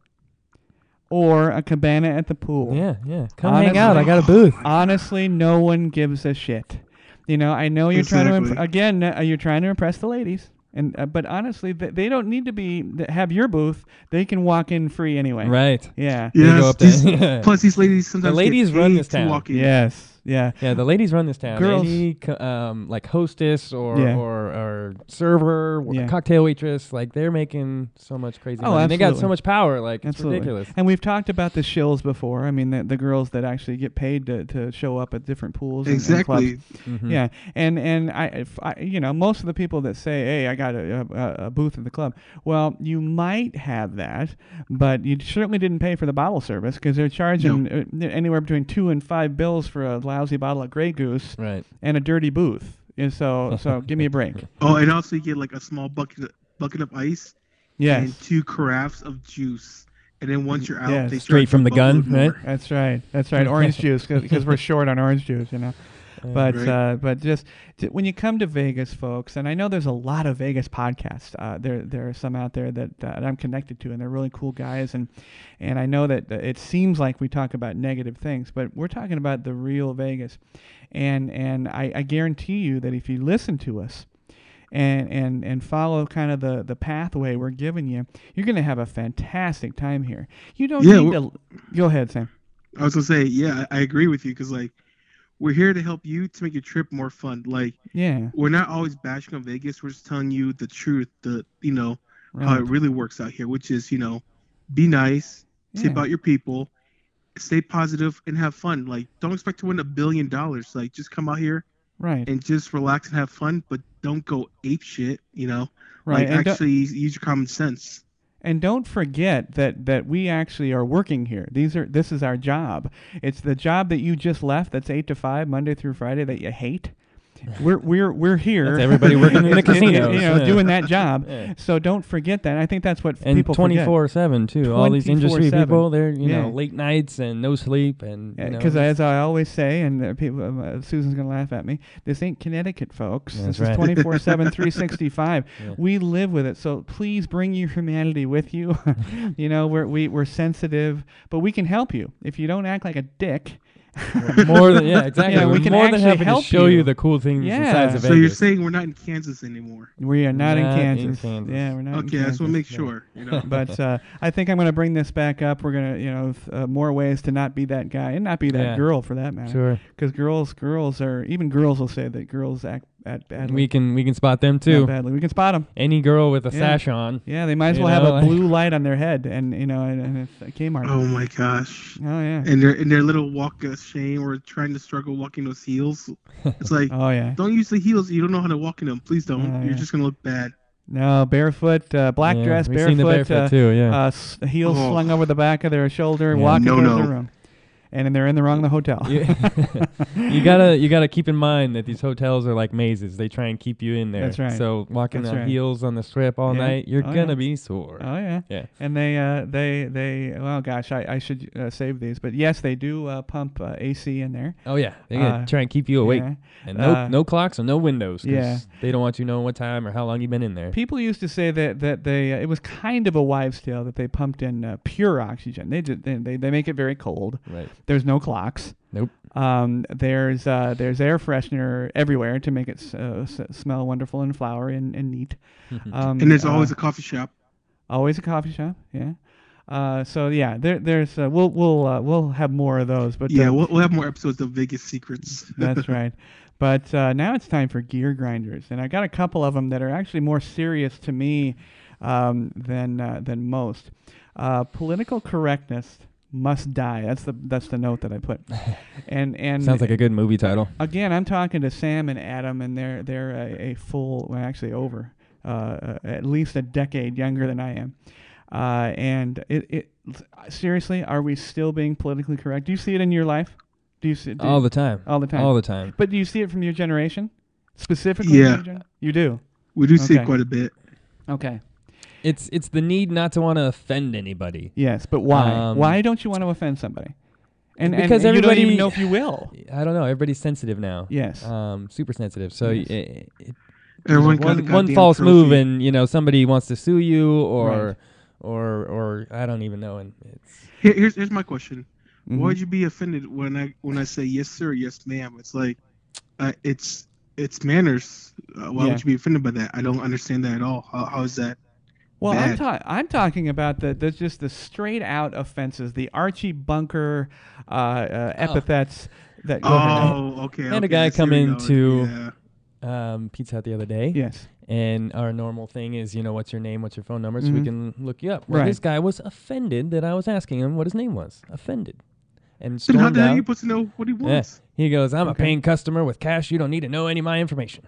Speaker 2: or a cabana at the pool.
Speaker 3: Yeah, yeah. Come hang
Speaker 2: Honestly-
Speaker 3: out. I got a booth.
Speaker 2: Honestly, no one gives a shit. You know, I know you're trying to imp-
Speaker 4: Exactly.
Speaker 2: again. Uh, you're trying to impress the ladies, and uh, but honestly, th- they don't need to be th- have your booth. They can walk in free anyway.
Speaker 3: Right.
Speaker 2: Yeah.
Speaker 3: They go
Speaker 4: Yes.
Speaker 3: up there.
Speaker 4: These, plus, these ladies sometimes get
Speaker 3: ladies run
Speaker 4: paid
Speaker 3: this
Speaker 4: to
Speaker 3: town.
Speaker 4: walk in.
Speaker 2: Yes. Yeah.
Speaker 3: Yeah, the ladies run this town.
Speaker 2: Girls-
Speaker 3: Any co- um, like hostess or
Speaker 2: Yeah.
Speaker 3: or, or server, or
Speaker 2: Yeah.
Speaker 3: cocktail waitress, like they're making so much crazy
Speaker 2: Oh,
Speaker 3: money. And They got so
Speaker 2: absolutely.
Speaker 3: much power, like
Speaker 2: Absolutely.
Speaker 3: it's ridiculous.
Speaker 2: And we've talked about the shills before. I mean, the, the girls that actually get paid to, to show up at different pools. and- and clubs.
Speaker 4: Exactly.
Speaker 3: Mhm.
Speaker 2: Yeah, and and I, if I, you know, most of the people that say, "Hey, I got a, a, a booth at the club," well, you might have that, but you certainly didn't pay for the bottle service because they're charging uh, anywhere between two and five bills for a lousy bottle of Grey Goose
Speaker 3: Right.
Speaker 2: and a dirty booth. And so, so give me a break.
Speaker 4: Oh, and also you get like a small bucket bucket of ice and
Speaker 2: Yes,
Speaker 4: two carafes of juice. And then once you're out,
Speaker 2: Yeah,
Speaker 4: they
Speaker 3: straight
Speaker 4: charge
Speaker 3: from
Speaker 4: you
Speaker 3: the
Speaker 4: a bucket
Speaker 3: gun,
Speaker 4: of more.
Speaker 3: right?
Speaker 2: that's right, that's right. Orange juice because we're short on orange juice, you know. But
Speaker 4: Right.
Speaker 2: uh, but just t- when you come to Vegas, folks, and I know there's a lot of Vegas podcasts. Uh, there there are some out there that, uh, that I'm connected to, and they're really cool guys. And and I know that uh, it seems like we talk about negative things, but we're talking about the real Vegas. And and I, I guarantee you that if you listen to us, and and and follow kind of the the pathway we're giving you, you're gonna have a fantastic time here. You don't
Speaker 4: Yeah,
Speaker 2: need
Speaker 4: we're-
Speaker 2: to. Go ahead, Sam.
Speaker 4: I was gonna say, yeah, I I agree with you because like we're here to help you to make your trip more fun. Like
Speaker 2: Yeah.
Speaker 4: we're not always bashing on Vegas. We're just telling you the truth, the you know how
Speaker 2: Right.
Speaker 4: it really works out here, which is you know, be nice, tip
Speaker 2: Yeah.
Speaker 4: out your people, stay positive, and have fun. Like don't expect to win a billion dollars. Like just come out here
Speaker 2: Right.
Speaker 4: and just relax and have fun, but don't go ape shit. You know,
Speaker 2: Right.
Speaker 4: like
Speaker 2: and, do,
Speaker 4: actually use your common sense.
Speaker 2: and don't forget that that we actually are working here. These are this is our job. It's the job that you just left. That's eight to five, Monday through Friday. That you hate. We're we're we're here.
Speaker 3: That's everybody working in the casinos.
Speaker 2: You know,
Speaker 3: Yeah.
Speaker 2: doing that job.
Speaker 3: Yeah.
Speaker 2: So don't forget that. I think that's what
Speaker 3: and
Speaker 2: people
Speaker 3: twenty
Speaker 2: forget.
Speaker 3: four seven too. All these industry
Speaker 2: 24/7.
Speaker 3: people, they're you
Speaker 2: Yeah.
Speaker 3: know late nights and no sleep and you know,
Speaker 2: Because as I always say, and uh, people, um, uh, Susan's gonna laugh at me. This ain't Connecticut, folks.
Speaker 3: That's
Speaker 2: this is
Speaker 3: right.
Speaker 2: 24/7, 365. We live with it, so please bring your humanity with you. you know, we're we, we're sensitive, but we can help you if you don't act like a dick.
Speaker 3: we're more than yeah exactly.
Speaker 2: Yeah, we
Speaker 3: we're
Speaker 2: can
Speaker 3: more than
Speaker 2: actually
Speaker 3: happy
Speaker 2: help
Speaker 3: to show you.
Speaker 2: you.
Speaker 3: the cool things
Speaker 2: Yeah.
Speaker 3: inside of Vegas.
Speaker 4: So you're saying we're not in Kansas anymore?
Speaker 2: We are not,
Speaker 3: Not in
Speaker 2: in, Kansas.
Speaker 3: Kansas.
Speaker 2: Yeah, we're not. in
Speaker 4: okay, I just
Speaker 2: Kansas.
Speaker 4: want to make sure. You know.
Speaker 2: but uh, I think I'm going to bring this back up. We're going to, you know, th- uh, more ways to not be that guy and not be that
Speaker 3: Yeah.
Speaker 2: girl for that matter.
Speaker 3: sure,
Speaker 2: Because girls, girls are even girls will say that girls act at badly.
Speaker 3: we can we can spot them
Speaker 2: Not
Speaker 3: too.
Speaker 2: badly. We can spot them.
Speaker 3: Any girl with a
Speaker 2: Yeah.
Speaker 3: sash on.
Speaker 2: Yeah, they might as
Speaker 3: You
Speaker 2: well
Speaker 3: know,
Speaker 2: have
Speaker 3: like-
Speaker 2: a blue light on their head, and you know, and, and it's a Kmart.
Speaker 4: oh my gosh.
Speaker 2: Oh yeah.
Speaker 4: And their and their little walk of shame or trying to struggle walking those heels. It's like
Speaker 2: Oh yeah.
Speaker 4: don't use the heels. You don't know how to walk in them. Please don't.
Speaker 2: Oh,
Speaker 4: You're
Speaker 2: yeah.
Speaker 4: just gonna look bad.
Speaker 2: No, barefoot, uh, black
Speaker 3: Yeah,
Speaker 2: dress,
Speaker 3: we've seen the
Speaker 2: barefoot, uh,
Speaker 3: too. Yeah,
Speaker 2: uh, s- heels
Speaker 4: Oh.
Speaker 2: slung over the back of their shoulder,
Speaker 3: Yeah,
Speaker 2: walking
Speaker 4: no,
Speaker 2: towards
Speaker 4: no.
Speaker 2: the room, and then they're in the wrong hotel.
Speaker 3: you, you gotta you gotta keep in mind that these hotels are like mazes. They try and keep you in there.
Speaker 2: That's right.
Speaker 3: So walking
Speaker 2: That's
Speaker 3: on
Speaker 2: right.
Speaker 3: heels on the strip all
Speaker 2: Yeah.
Speaker 3: night, you're
Speaker 2: Oh, yeah.
Speaker 3: gonna be sore.
Speaker 2: Oh yeah.
Speaker 3: Yeah.
Speaker 2: And they, uh, they, they. Well, gosh, I, I should uh, save these, but yes, they do uh, pump uh, AC in there.
Speaker 3: oh yeah, they're gonna
Speaker 2: uh,
Speaker 3: try and keep you awake.
Speaker 2: Yeah.
Speaker 3: And no
Speaker 2: Uh,
Speaker 3: no clocks and no windows. 'cause
Speaker 2: yeah.
Speaker 3: They don't want you knowing what time or how long you've been in there.
Speaker 2: People used to say that that they uh, it was kind of a wives' tale that they pumped in uh, pure oxygen. They did they, they they make it very cold.
Speaker 3: Right.
Speaker 2: There's no clocks.
Speaker 3: Nope.
Speaker 2: Um, there's uh, there's air freshener everywhere to make it s- uh, s- smell wonderful and flowery and, and neat. Um,
Speaker 4: And there's always
Speaker 2: uh,
Speaker 4: a coffee shop.
Speaker 2: always a coffee shop. Yeah. Uh, so yeah, there there's uh, we'll we'll uh, we'll have more of those. But
Speaker 4: Yeah,
Speaker 2: uh,
Speaker 4: we'll, we'll have more episodes of Vegas secrets.
Speaker 2: that's right. But uh, now it's time for gear grinders, and I got a couple of them that are actually more serious to me um, than uh, than most. Uh, political correctness must die. That's the that's the note that I put. And and
Speaker 3: Sounds like a good movie title.
Speaker 2: again, I'm talking to Sam and Adam, and they're they're a, a full, well, actually over, uh, uh, at least a decade younger than I am. Uh, and it, it seriously, are we still being politically correct? Do you see it in your life? Do you see do you-
Speaker 3: All the time.
Speaker 2: all the time?
Speaker 3: All the time.
Speaker 2: but do you see it from your generation specifically?
Speaker 4: Yeah.
Speaker 2: your gen- you do.
Speaker 4: We do see
Speaker 2: Okay.
Speaker 4: it quite a bit.
Speaker 2: Okay.
Speaker 3: It's it's the need not to want to offend anybody.
Speaker 2: Yes, but why?
Speaker 3: Um,
Speaker 2: why don't you want to offend somebody? And and-
Speaker 3: Because
Speaker 2: and, you don't
Speaker 3: everybody-
Speaker 2: even know if you will.
Speaker 3: I don't know. Everybody's sensitive now.
Speaker 2: Yes.
Speaker 3: Um, super sensitive. So
Speaker 2: Yes.
Speaker 3: y- it, it,
Speaker 4: Everyone got a
Speaker 3: one, one
Speaker 4: goddamn
Speaker 3: false
Speaker 4: trophy.
Speaker 3: move and you know somebody wants to sue you or
Speaker 2: Right.
Speaker 3: or or I don't even know. And it's
Speaker 4: Here, here's here's my question.
Speaker 2: Mhm.
Speaker 4: Why'd you be offended when I when I say yes sir, yes ma'am? It's like, uh, it's it's manners. Uh, why
Speaker 2: Yeah.
Speaker 4: would you be offended by that? I don't understand that at all. How, how is that?
Speaker 2: Well, I'm,
Speaker 4: bad.
Speaker 2: ta- I'm talking about the, the just the straight out offenses, the Archie Bunker uh, uh,
Speaker 3: Oh.
Speaker 2: epithets that go ahead.
Speaker 4: Oh, okay.
Speaker 3: had a
Speaker 4: okay,
Speaker 3: guy
Speaker 4: I see
Speaker 3: come
Speaker 4: where you're
Speaker 3: in
Speaker 4: going.
Speaker 3: to-
Speaker 4: Yeah.
Speaker 3: um, Pizza Hut the other day.
Speaker 2: Yes.
Speaker 3: And our normal thing is, you know, what's your name? What's your phone number? So we
Speaker 2: Mhm.
Speaker 3: can look you up. Well,
Speaker 2: Right.
Speaker 3: this guy was offended that I was asking him what his name was. Offended. And
Speaker 4: Then how
Speaker 3: stormed
Speaker 4: the hell are
Speaker 3: out.
Speaker 4: you supposed to know what he
Speaker 3: Yeah.
Speaker 4: wants?
Speaker 3: He goes, I'm a
Speaker 2: Okay.
Speaker 3: paying customer with cash. You don't need to know any of my information.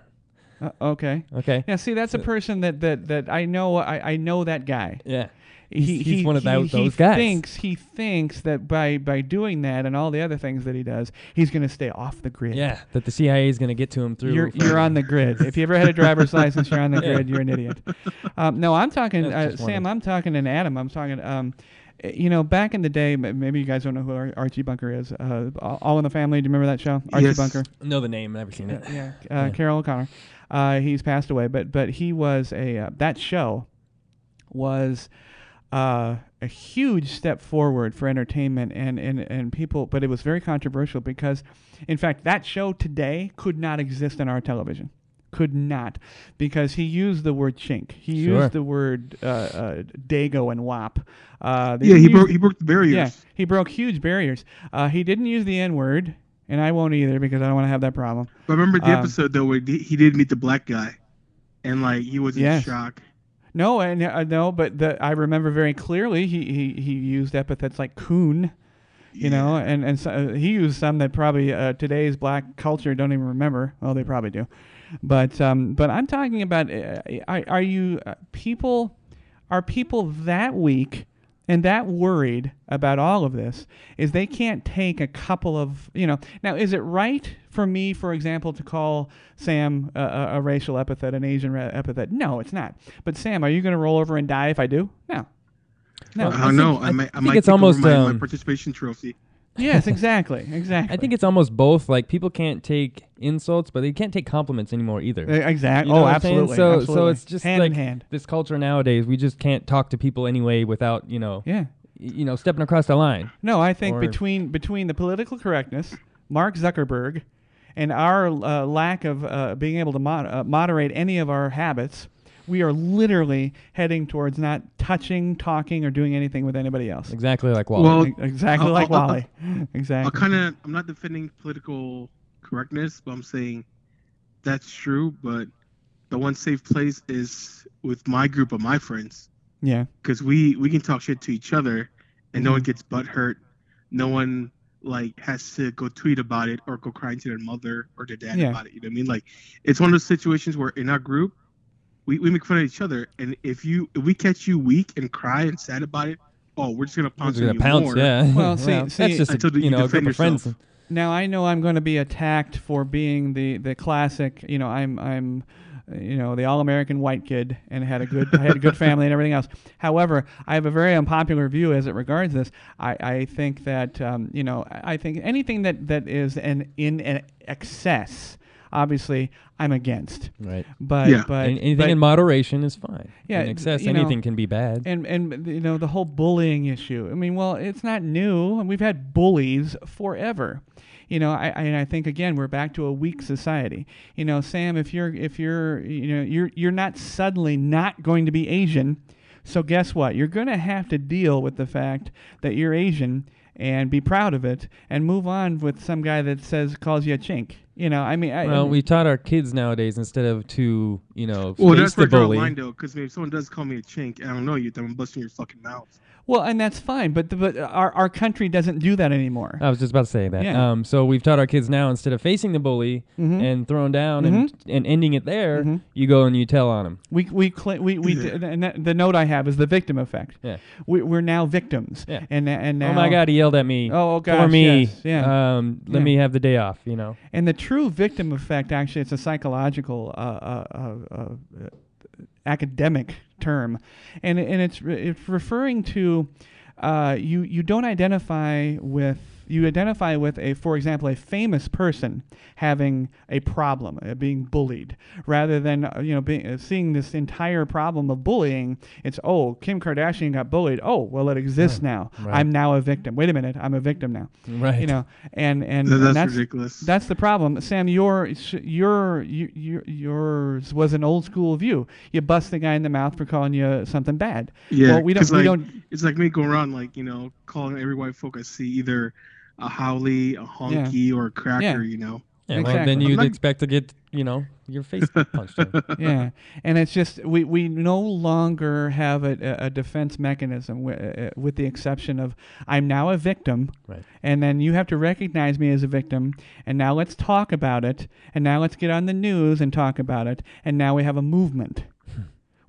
Speaker 2: Uh, okay.
Speaker 3: Okay.
Speaker 2: Yeah. See, that's a person that, that, that I know. I, I know that guy.
Speaker 3: Yeah. He's,
Speaker 2: He,
Speaker 3: he's
Speaker 2: he-
Speaker 3: one of
Speaker 2: he-
Speaker 3: those,
Speaker 2: he
Speaker 3: those guys.
Speaker 2: Thinks he thinks that by by doing that and all the other things that he does, he's going to stay off the grid.
Speaker 3: Yeah. That the CIA is going to get to him through.
Speaker 2: You're, you're on the grid. If you ever had a driver's license, you're on the
Speaker 3: Yeah.
Speaker 2: grid. You're an idiot. Um, no, I'm talking,
Speaker 3: That's
Speaker 2: uh,
Speaker 3: just one of-
Speaker 2: Sam. I'm talking, and Adam. I'm talking. Um, uh, you know, back in the day, m- maybe you guys don't know who Ar- Archie Bunker is. Uh, All All in the Family. Do you remember that show? Archie
Speaker 4: Yes.
Speaker 2: Bunker.
Speaker 3: know the name. Never seen it.
Speaker 2: Yeah. Uh, Carol O'Connor. Uh, he's passed away, but but he was a uh, that show was uh, a huge step forward for entertainment and, and, and people, but it was very controversial because, in fact, that show today could not exist on our television. could not because he used the word chink. He
Speaker 3: Sure.
Speaker 2: used the word uh, uh, dago and wop. Uh, they
Speaker 4: Yeah, he
Speaker 2: used-
Speaker 4: broke he broke the barriers.
Speaker 2: Yeah, he broke huge barriers. Uh, he didn't use the N word, and I won't either because I don't want to have that problem.
Speaker 4: But remember the
Speaker 2: Um,
Speaker 4: episode though where he he did meet the black guy, and like he was in
Speaker 2: Yes.
Speaker 4: shock.
Speaker 2: No, and uh, no, but the, I remember very clearly he, he, he used epithets like coon, you know, and and so, uh, he used some that probably uh, today's black culture don't even remember. Well, they probably do, but um, but I'm talking about uh, are, are you uh, people are people that weak and that worried about all of this is they can't take a couple of you know now is it right for me for example to call sam a, a, a racial epithet an asian ra- epithet no it's not but sam are you going to roll over and die if i do no no
Speaker 4: I
Speaker 3: I
Speaker 4: don't know.
Speaker 3: think-
Speaker 4: I,
Speaker 3: I
Speaker 4: might I
Speaker 3: think
Speaker 4: might
Speaker 3: it's
Speaker 4: take over
Speaker 3: almost,
Speaker 4: my, my
Speaker 3: um,
Speaker 4: participation trophy.
Speaker 2: yes exactly exactly
Speaker 3: I think it's almost both. Like people can't take insults, but they can't take compliments anymore either.
Speaker 2: Exactly.
Speaker 3: You know
Speaker 2: oh,
Speaker 3: what I'm saying?
Speaker 2: absolutely.
Speaker 3: So,
Speaker 2: absolutely.
Speaker 3: so it's just
Speaker 2: hand
Speaker 3: like
Speaker 2: in hand.
Speaker 3: this culture nowadays. We just can't talk to people anyway without you know,
Speaker 2: Yeah.
Speaker 3: y- you know, stepping across the line.
Speaker 2: No, I think
Speaker 3: Or-
Speaker 2: between between the political correctness, Mark Zuckerberg, and our uh, lack of uh, being able to mod- uh, moderate any of our habits, we are literally heading towards not touching, talking, or doing anything with anybody else.
Speaker 3: Exactly like Wally.
Speaker 4: Well,
Speaker 2: E- Exactly
Speaker 4: I'll-
Speaker 2: like
Speaker 4: I'll-
Speaker 2: Wally.
Speaker 4: I
Speaker 2: Exactly.
Speaker 4: kind of I'm not defending political correctness, but I'm saying that's true. But the one safe place is with my group of my friends
Speaker 2: Yeah.
Speaker 4: because we we can talk shit to each other, and no one
Speaker 3: Mm-hmm.
Speaker 2: Mhm.
Speaker 4: gets butt hurt. No one like has to go tweet about it or go crying to their mother or their dad
Speaker 2: Yeah.
Speaker 4: about it. You know what I mean? Like it's one of those situations where in our group. We, we make fun of each other, and if you if we catch you weak and cry and sad about it, oh, we're just gonna
Speaker 3: We're
Speaker 4: pounce
Speaker 3: just gonna
Speaker 4: on you
Speaker 3: pounce,
Speaker 4: more.
Speaker 3: yeah.
Speaker 2: Well, see- see-
Speaker 3: that's just a,
Speaker 4: Until you
Speaker 3: you know a
Speaker 4: defend
Speaker 3: group of friends.
Speaker 4: yourself.
Speaker 2: Now I know I'm going to be attacked for being the the classic. You know, I'm I'm, uh, you know, the all-American white kid and had a good I had a good family and everything else. However, I have a very unpopular view as it regards this. I I think that um, you know I I think anything that that is an in an excess, obviously I'm against.
Speaker 3: Right.
Speaker 2: But
Speaker 4: Yeah.
Speaker 2: but
Speaker 3: An- anything
Speaker 2: but-
Speaker 3: in moderation is fine.
Speaker 2: Yeah,
Speaker 3: In excess,
Speaker 2: you know, eh,
Speaker 3: anything can be bad.
Speaker 2: and and you know the whole bullying issue. I mean, well, it's not new, and we've had bullies forever. You know, I, I and I think again we're back to a weak society. You know, Sam, if you're if you're you know you're you're not suddenly not going to be Asian, so guess what? You're going to have to deal with the fact that you're Asian and be proud of it and move on with some guy that says calls you a chink. You know, I mean, I,
Speaker 3: well, we taught our kids nowadays instead of to you know face
Speaker 4: Well, that's
Speaker 3: the
Speaker 4: where I draw the
Speaker 3: bully.
Speaker 4: line though, because if someone does call me a chink, and I don't know you, then I'm busting your fucking mouth.
Speaker 2: well, and that's fine, but the, but our our country doesn't do that anymore.
Speaker 3: I was just about to say that.
Speaker 2: Yeah.
Speaker 3: Um, so we've taught our kids now instead of facing the bully
Speaker 2: Mhm.
Speaker 3: and throwing down and,
Speaker 2: Mm-hmm.
Speaker 3: and ending it there,
Speaker 2: Mhm.
Speaker 3: you go and you tell on them.
Speaker 2: We we cl- we we
Speaker 4: Yeah.
Speaker 2: and that, the note I have is the victim effect.
Speaker 3: Yeah.
Speaker 2: We we're now victims.
Speaker 3: Yeah.
Speaker 2: And and now,
Speaker 3: Oh my God, he yelled at me.
Speaker 2: Oh, oh
Speaker 3: for
Speaker 2: gosh,
Speaker 3: me.
Speaker 2: yes, yeah.
Speaker 3: Um, let
Speaker 2: Yeah.
Speaker 3: me have the day off. You know.
Speaker 2: And the true victim effect actually it's a psychological uh, uh, uh, uh, uh, academic term, and and it's re- it's referring to uh, you you don't identify with you identify with a for example a famous person having a problem uh, being bullied rather than uh, you know being, uh, seeing this entire problem of bullying it's oh kim kardashian got bullied oh well it exists now
Speaker 3: right.
Speaker 2: i'm now a victim wait a minute i'm a victim now
Speaker 3: Right.
Speaker 2: you know and and,
Speaker 4: Th-
Speaker 2: and
Speaker 4: that's,
Speaker 2: that's
Speaker 4: ridiculous.
Speaker 2: that's the problem, Sam. Your sh- your you- you- yours was an old school view. You bust the guy in the mouth for calling you something bad.
Speaker 4: yeah,
Speaker 2: well, we don't-
Speaker 4: 'cause,
Speaker 2: we
Speaker 4: like,
Speaker 2: don't-
Speaker 4: It's like me going around like you know calling every white folk I see either a howley, a honky, or a cracker.
Speaker 2: Yeah.
Speaker 4: You know,
Speaker 3: Yeah, well, then
Speaker 2: Exactly.
Speaker 3: you'd
Speaker 4: I'm not-
Speaker 3: expect to get you know your face punched. in.
Speaker 2: yeah, and it's just we, we no longer have a, a- a defense mechanism, wi- uh, uh, with the exception of I'm now a victim,
Speaker 3: Right.
Speaker 2: and then you have to recognize me as a victim, and now let's talk about it, and now let's get on the news and talk about it, and now we have a movement.
Speaker 4: Hmm.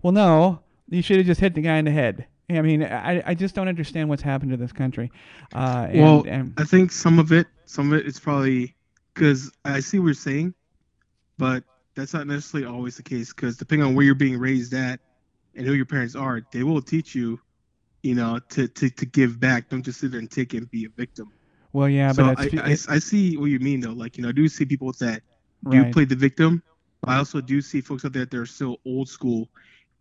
Speaker 2: well, no, you should have just hit the guy in the head. I mean, I, I just don't understand what's happened to this country. Uh, and,
Speaker 4: Well,
Speaker 2: and
Speaker 4: I think some of it, some of it is probably because I see what you're saying, but that's not necessarily always the case. Because depending on where you're being raised at and who your parents are, they will teach you, you know, to to, to give back. Don't just sit there and take it and be a victim.
Speaker 2: well, yeah,
Speaker 4: so
Speaker 2: but
Speaker 4: I,
Speaker 2: it's,
Speaker 4: I, I see what you mean though. Like you know, I do see people that do
Speaker 2: right.
Speaker 4: play the victim. But I also do see folks out there that are still old school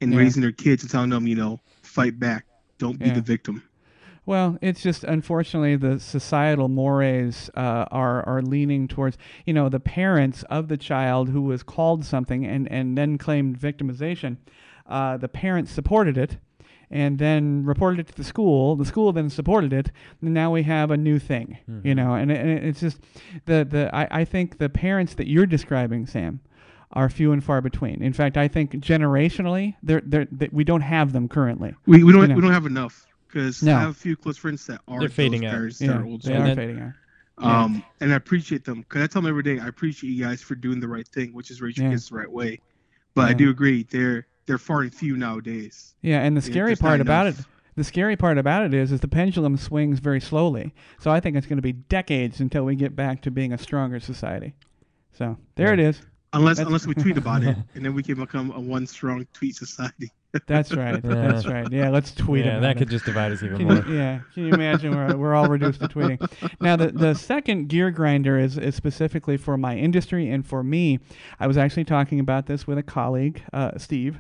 Speaker 4: and
Speaker 2: Yeah.
Speaker 4: raising their kids and telling them, you know, fight back, don't be
Speaker 2: Yeah.
Speaker 4: the victim.
Speaker 2: Well, it's just unfortunately the societal mores uh, are are leaning towards you know the parents of the child who was called something and and then claimed victimization. Uh, the parents supported it, and then reported it to the school. The school then supported it. And now we have a new thing, you know. And, it- and it's just the the I, I think the parents that you're describing, Sam, are few and far between. In fact, I think generationally, they're, they're, they, we don't have them currently.
Speaker 4: We, we don't
Speaker 2: You know.
Speaker 4: we don't have enough because
Speaker 2: No.
Speaker 4: I have a few close friends that are
Speaker 3: They're fading
Speaker 4: those
Speaker 3: out.
Speaker 4: parents that
Speaker 2: Yeah,
Speaker 4: are old
Speaker 2: they
Speaker 3: and
Speaker 2: are
Speaker 3: then-
Speaker 4: school.
Speaker 2: fading out. yeah.
Speaker 4: Um, and I appreciate them because I tell them every day I appreciate you guys for doing the right thing, which is Rage
Speaker 2: Yeah.
Speaker 4: Against the right way. But I
Speaker 2: Yeah.
Speaker 4: do agree they're they're far and few nowadays.
Speaker 2: Yeah, and the
Speaker 4: Yeah,
Speaker 2: scary
Speaker 4: there's not
Speaker 2: part about it,
Speaker 4: enough.
Speaker 2: the scary part about it is, is the pendulum swings very slowly. So I think it's going to be decades until we get back to being a stronger society. So there it is.
Speaker 4: Unless
Speaker 2: That's-
Speaker 4: unless we tweet about it and then we can become a one strong tweet society.
Speaker 2: That's right.
Speaker 3: Yeah.
Speaker 2: That's right. Yeah, let's tweet
Speaker 3: yeah,
Speaker 2: about
Speaker 3: that
Speaker 2: it.
Speaker 3: could just divide us even
Speaker 2: Can
Speaker 3: more.
Speaker 2: you, yeah, can you imagine we're, we're all reduced to tweeting? Now, the, the second gear grinder is, is specifically for my industry and for me. I was actually talking about this with a colleague, uh, Steve,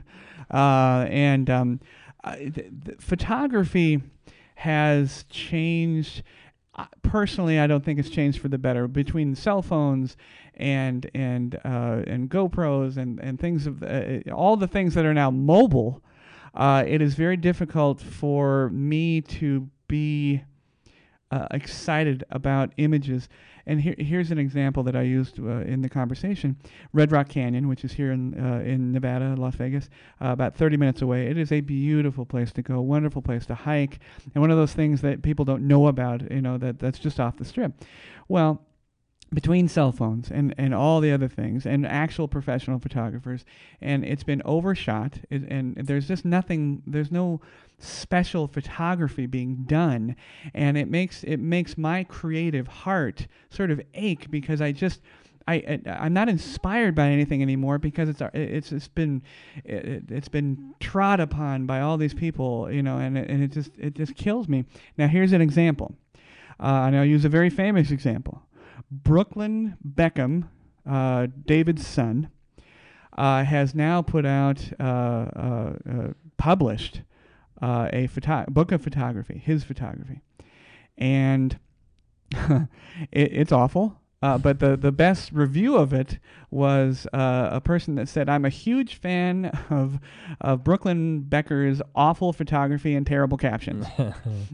Speaker 2: uh, and um, I, th- th- photography has changed. I- Personally, I don't think it's changed for the better. Between cell phones and and uh, and GoPros and and things of uh, all the things that are now mobile, uh, it is very difficult for me to be uh, excited about images. And here, here's an example that I used uh, in the conversation: Red Rock Canyon, which is here in uh, in Nevada, Las Vegas, uh, about 30 minutes away. It is a beautiful place to go, wonderful place to hike, and one of those things that people don't know about. You know that that's just off the strip. Well, between cell phones and, and all the other things and actual professional photographers and it's been overshot it, and there's just nothing there's no special photography being done and it makes it makes my creative heart sort of ache because i just I, I I'm not inspired by anything anymore because it's it's it's been it, it's been trod upon by all these people you know and it, and it just it just kills me. Now here's an example, uh, and I'll use a very famous example. Brooklyn Beckham, uh, David's son, uh, has now put out, uh, uh, uh, published uh, a photo- book of photography, his photography. And it, it's awful. Uh, but the, the best review of it was uh, a person that said, I'm a huge fan of, of Brooklyn Becker's awful photography and terrible captions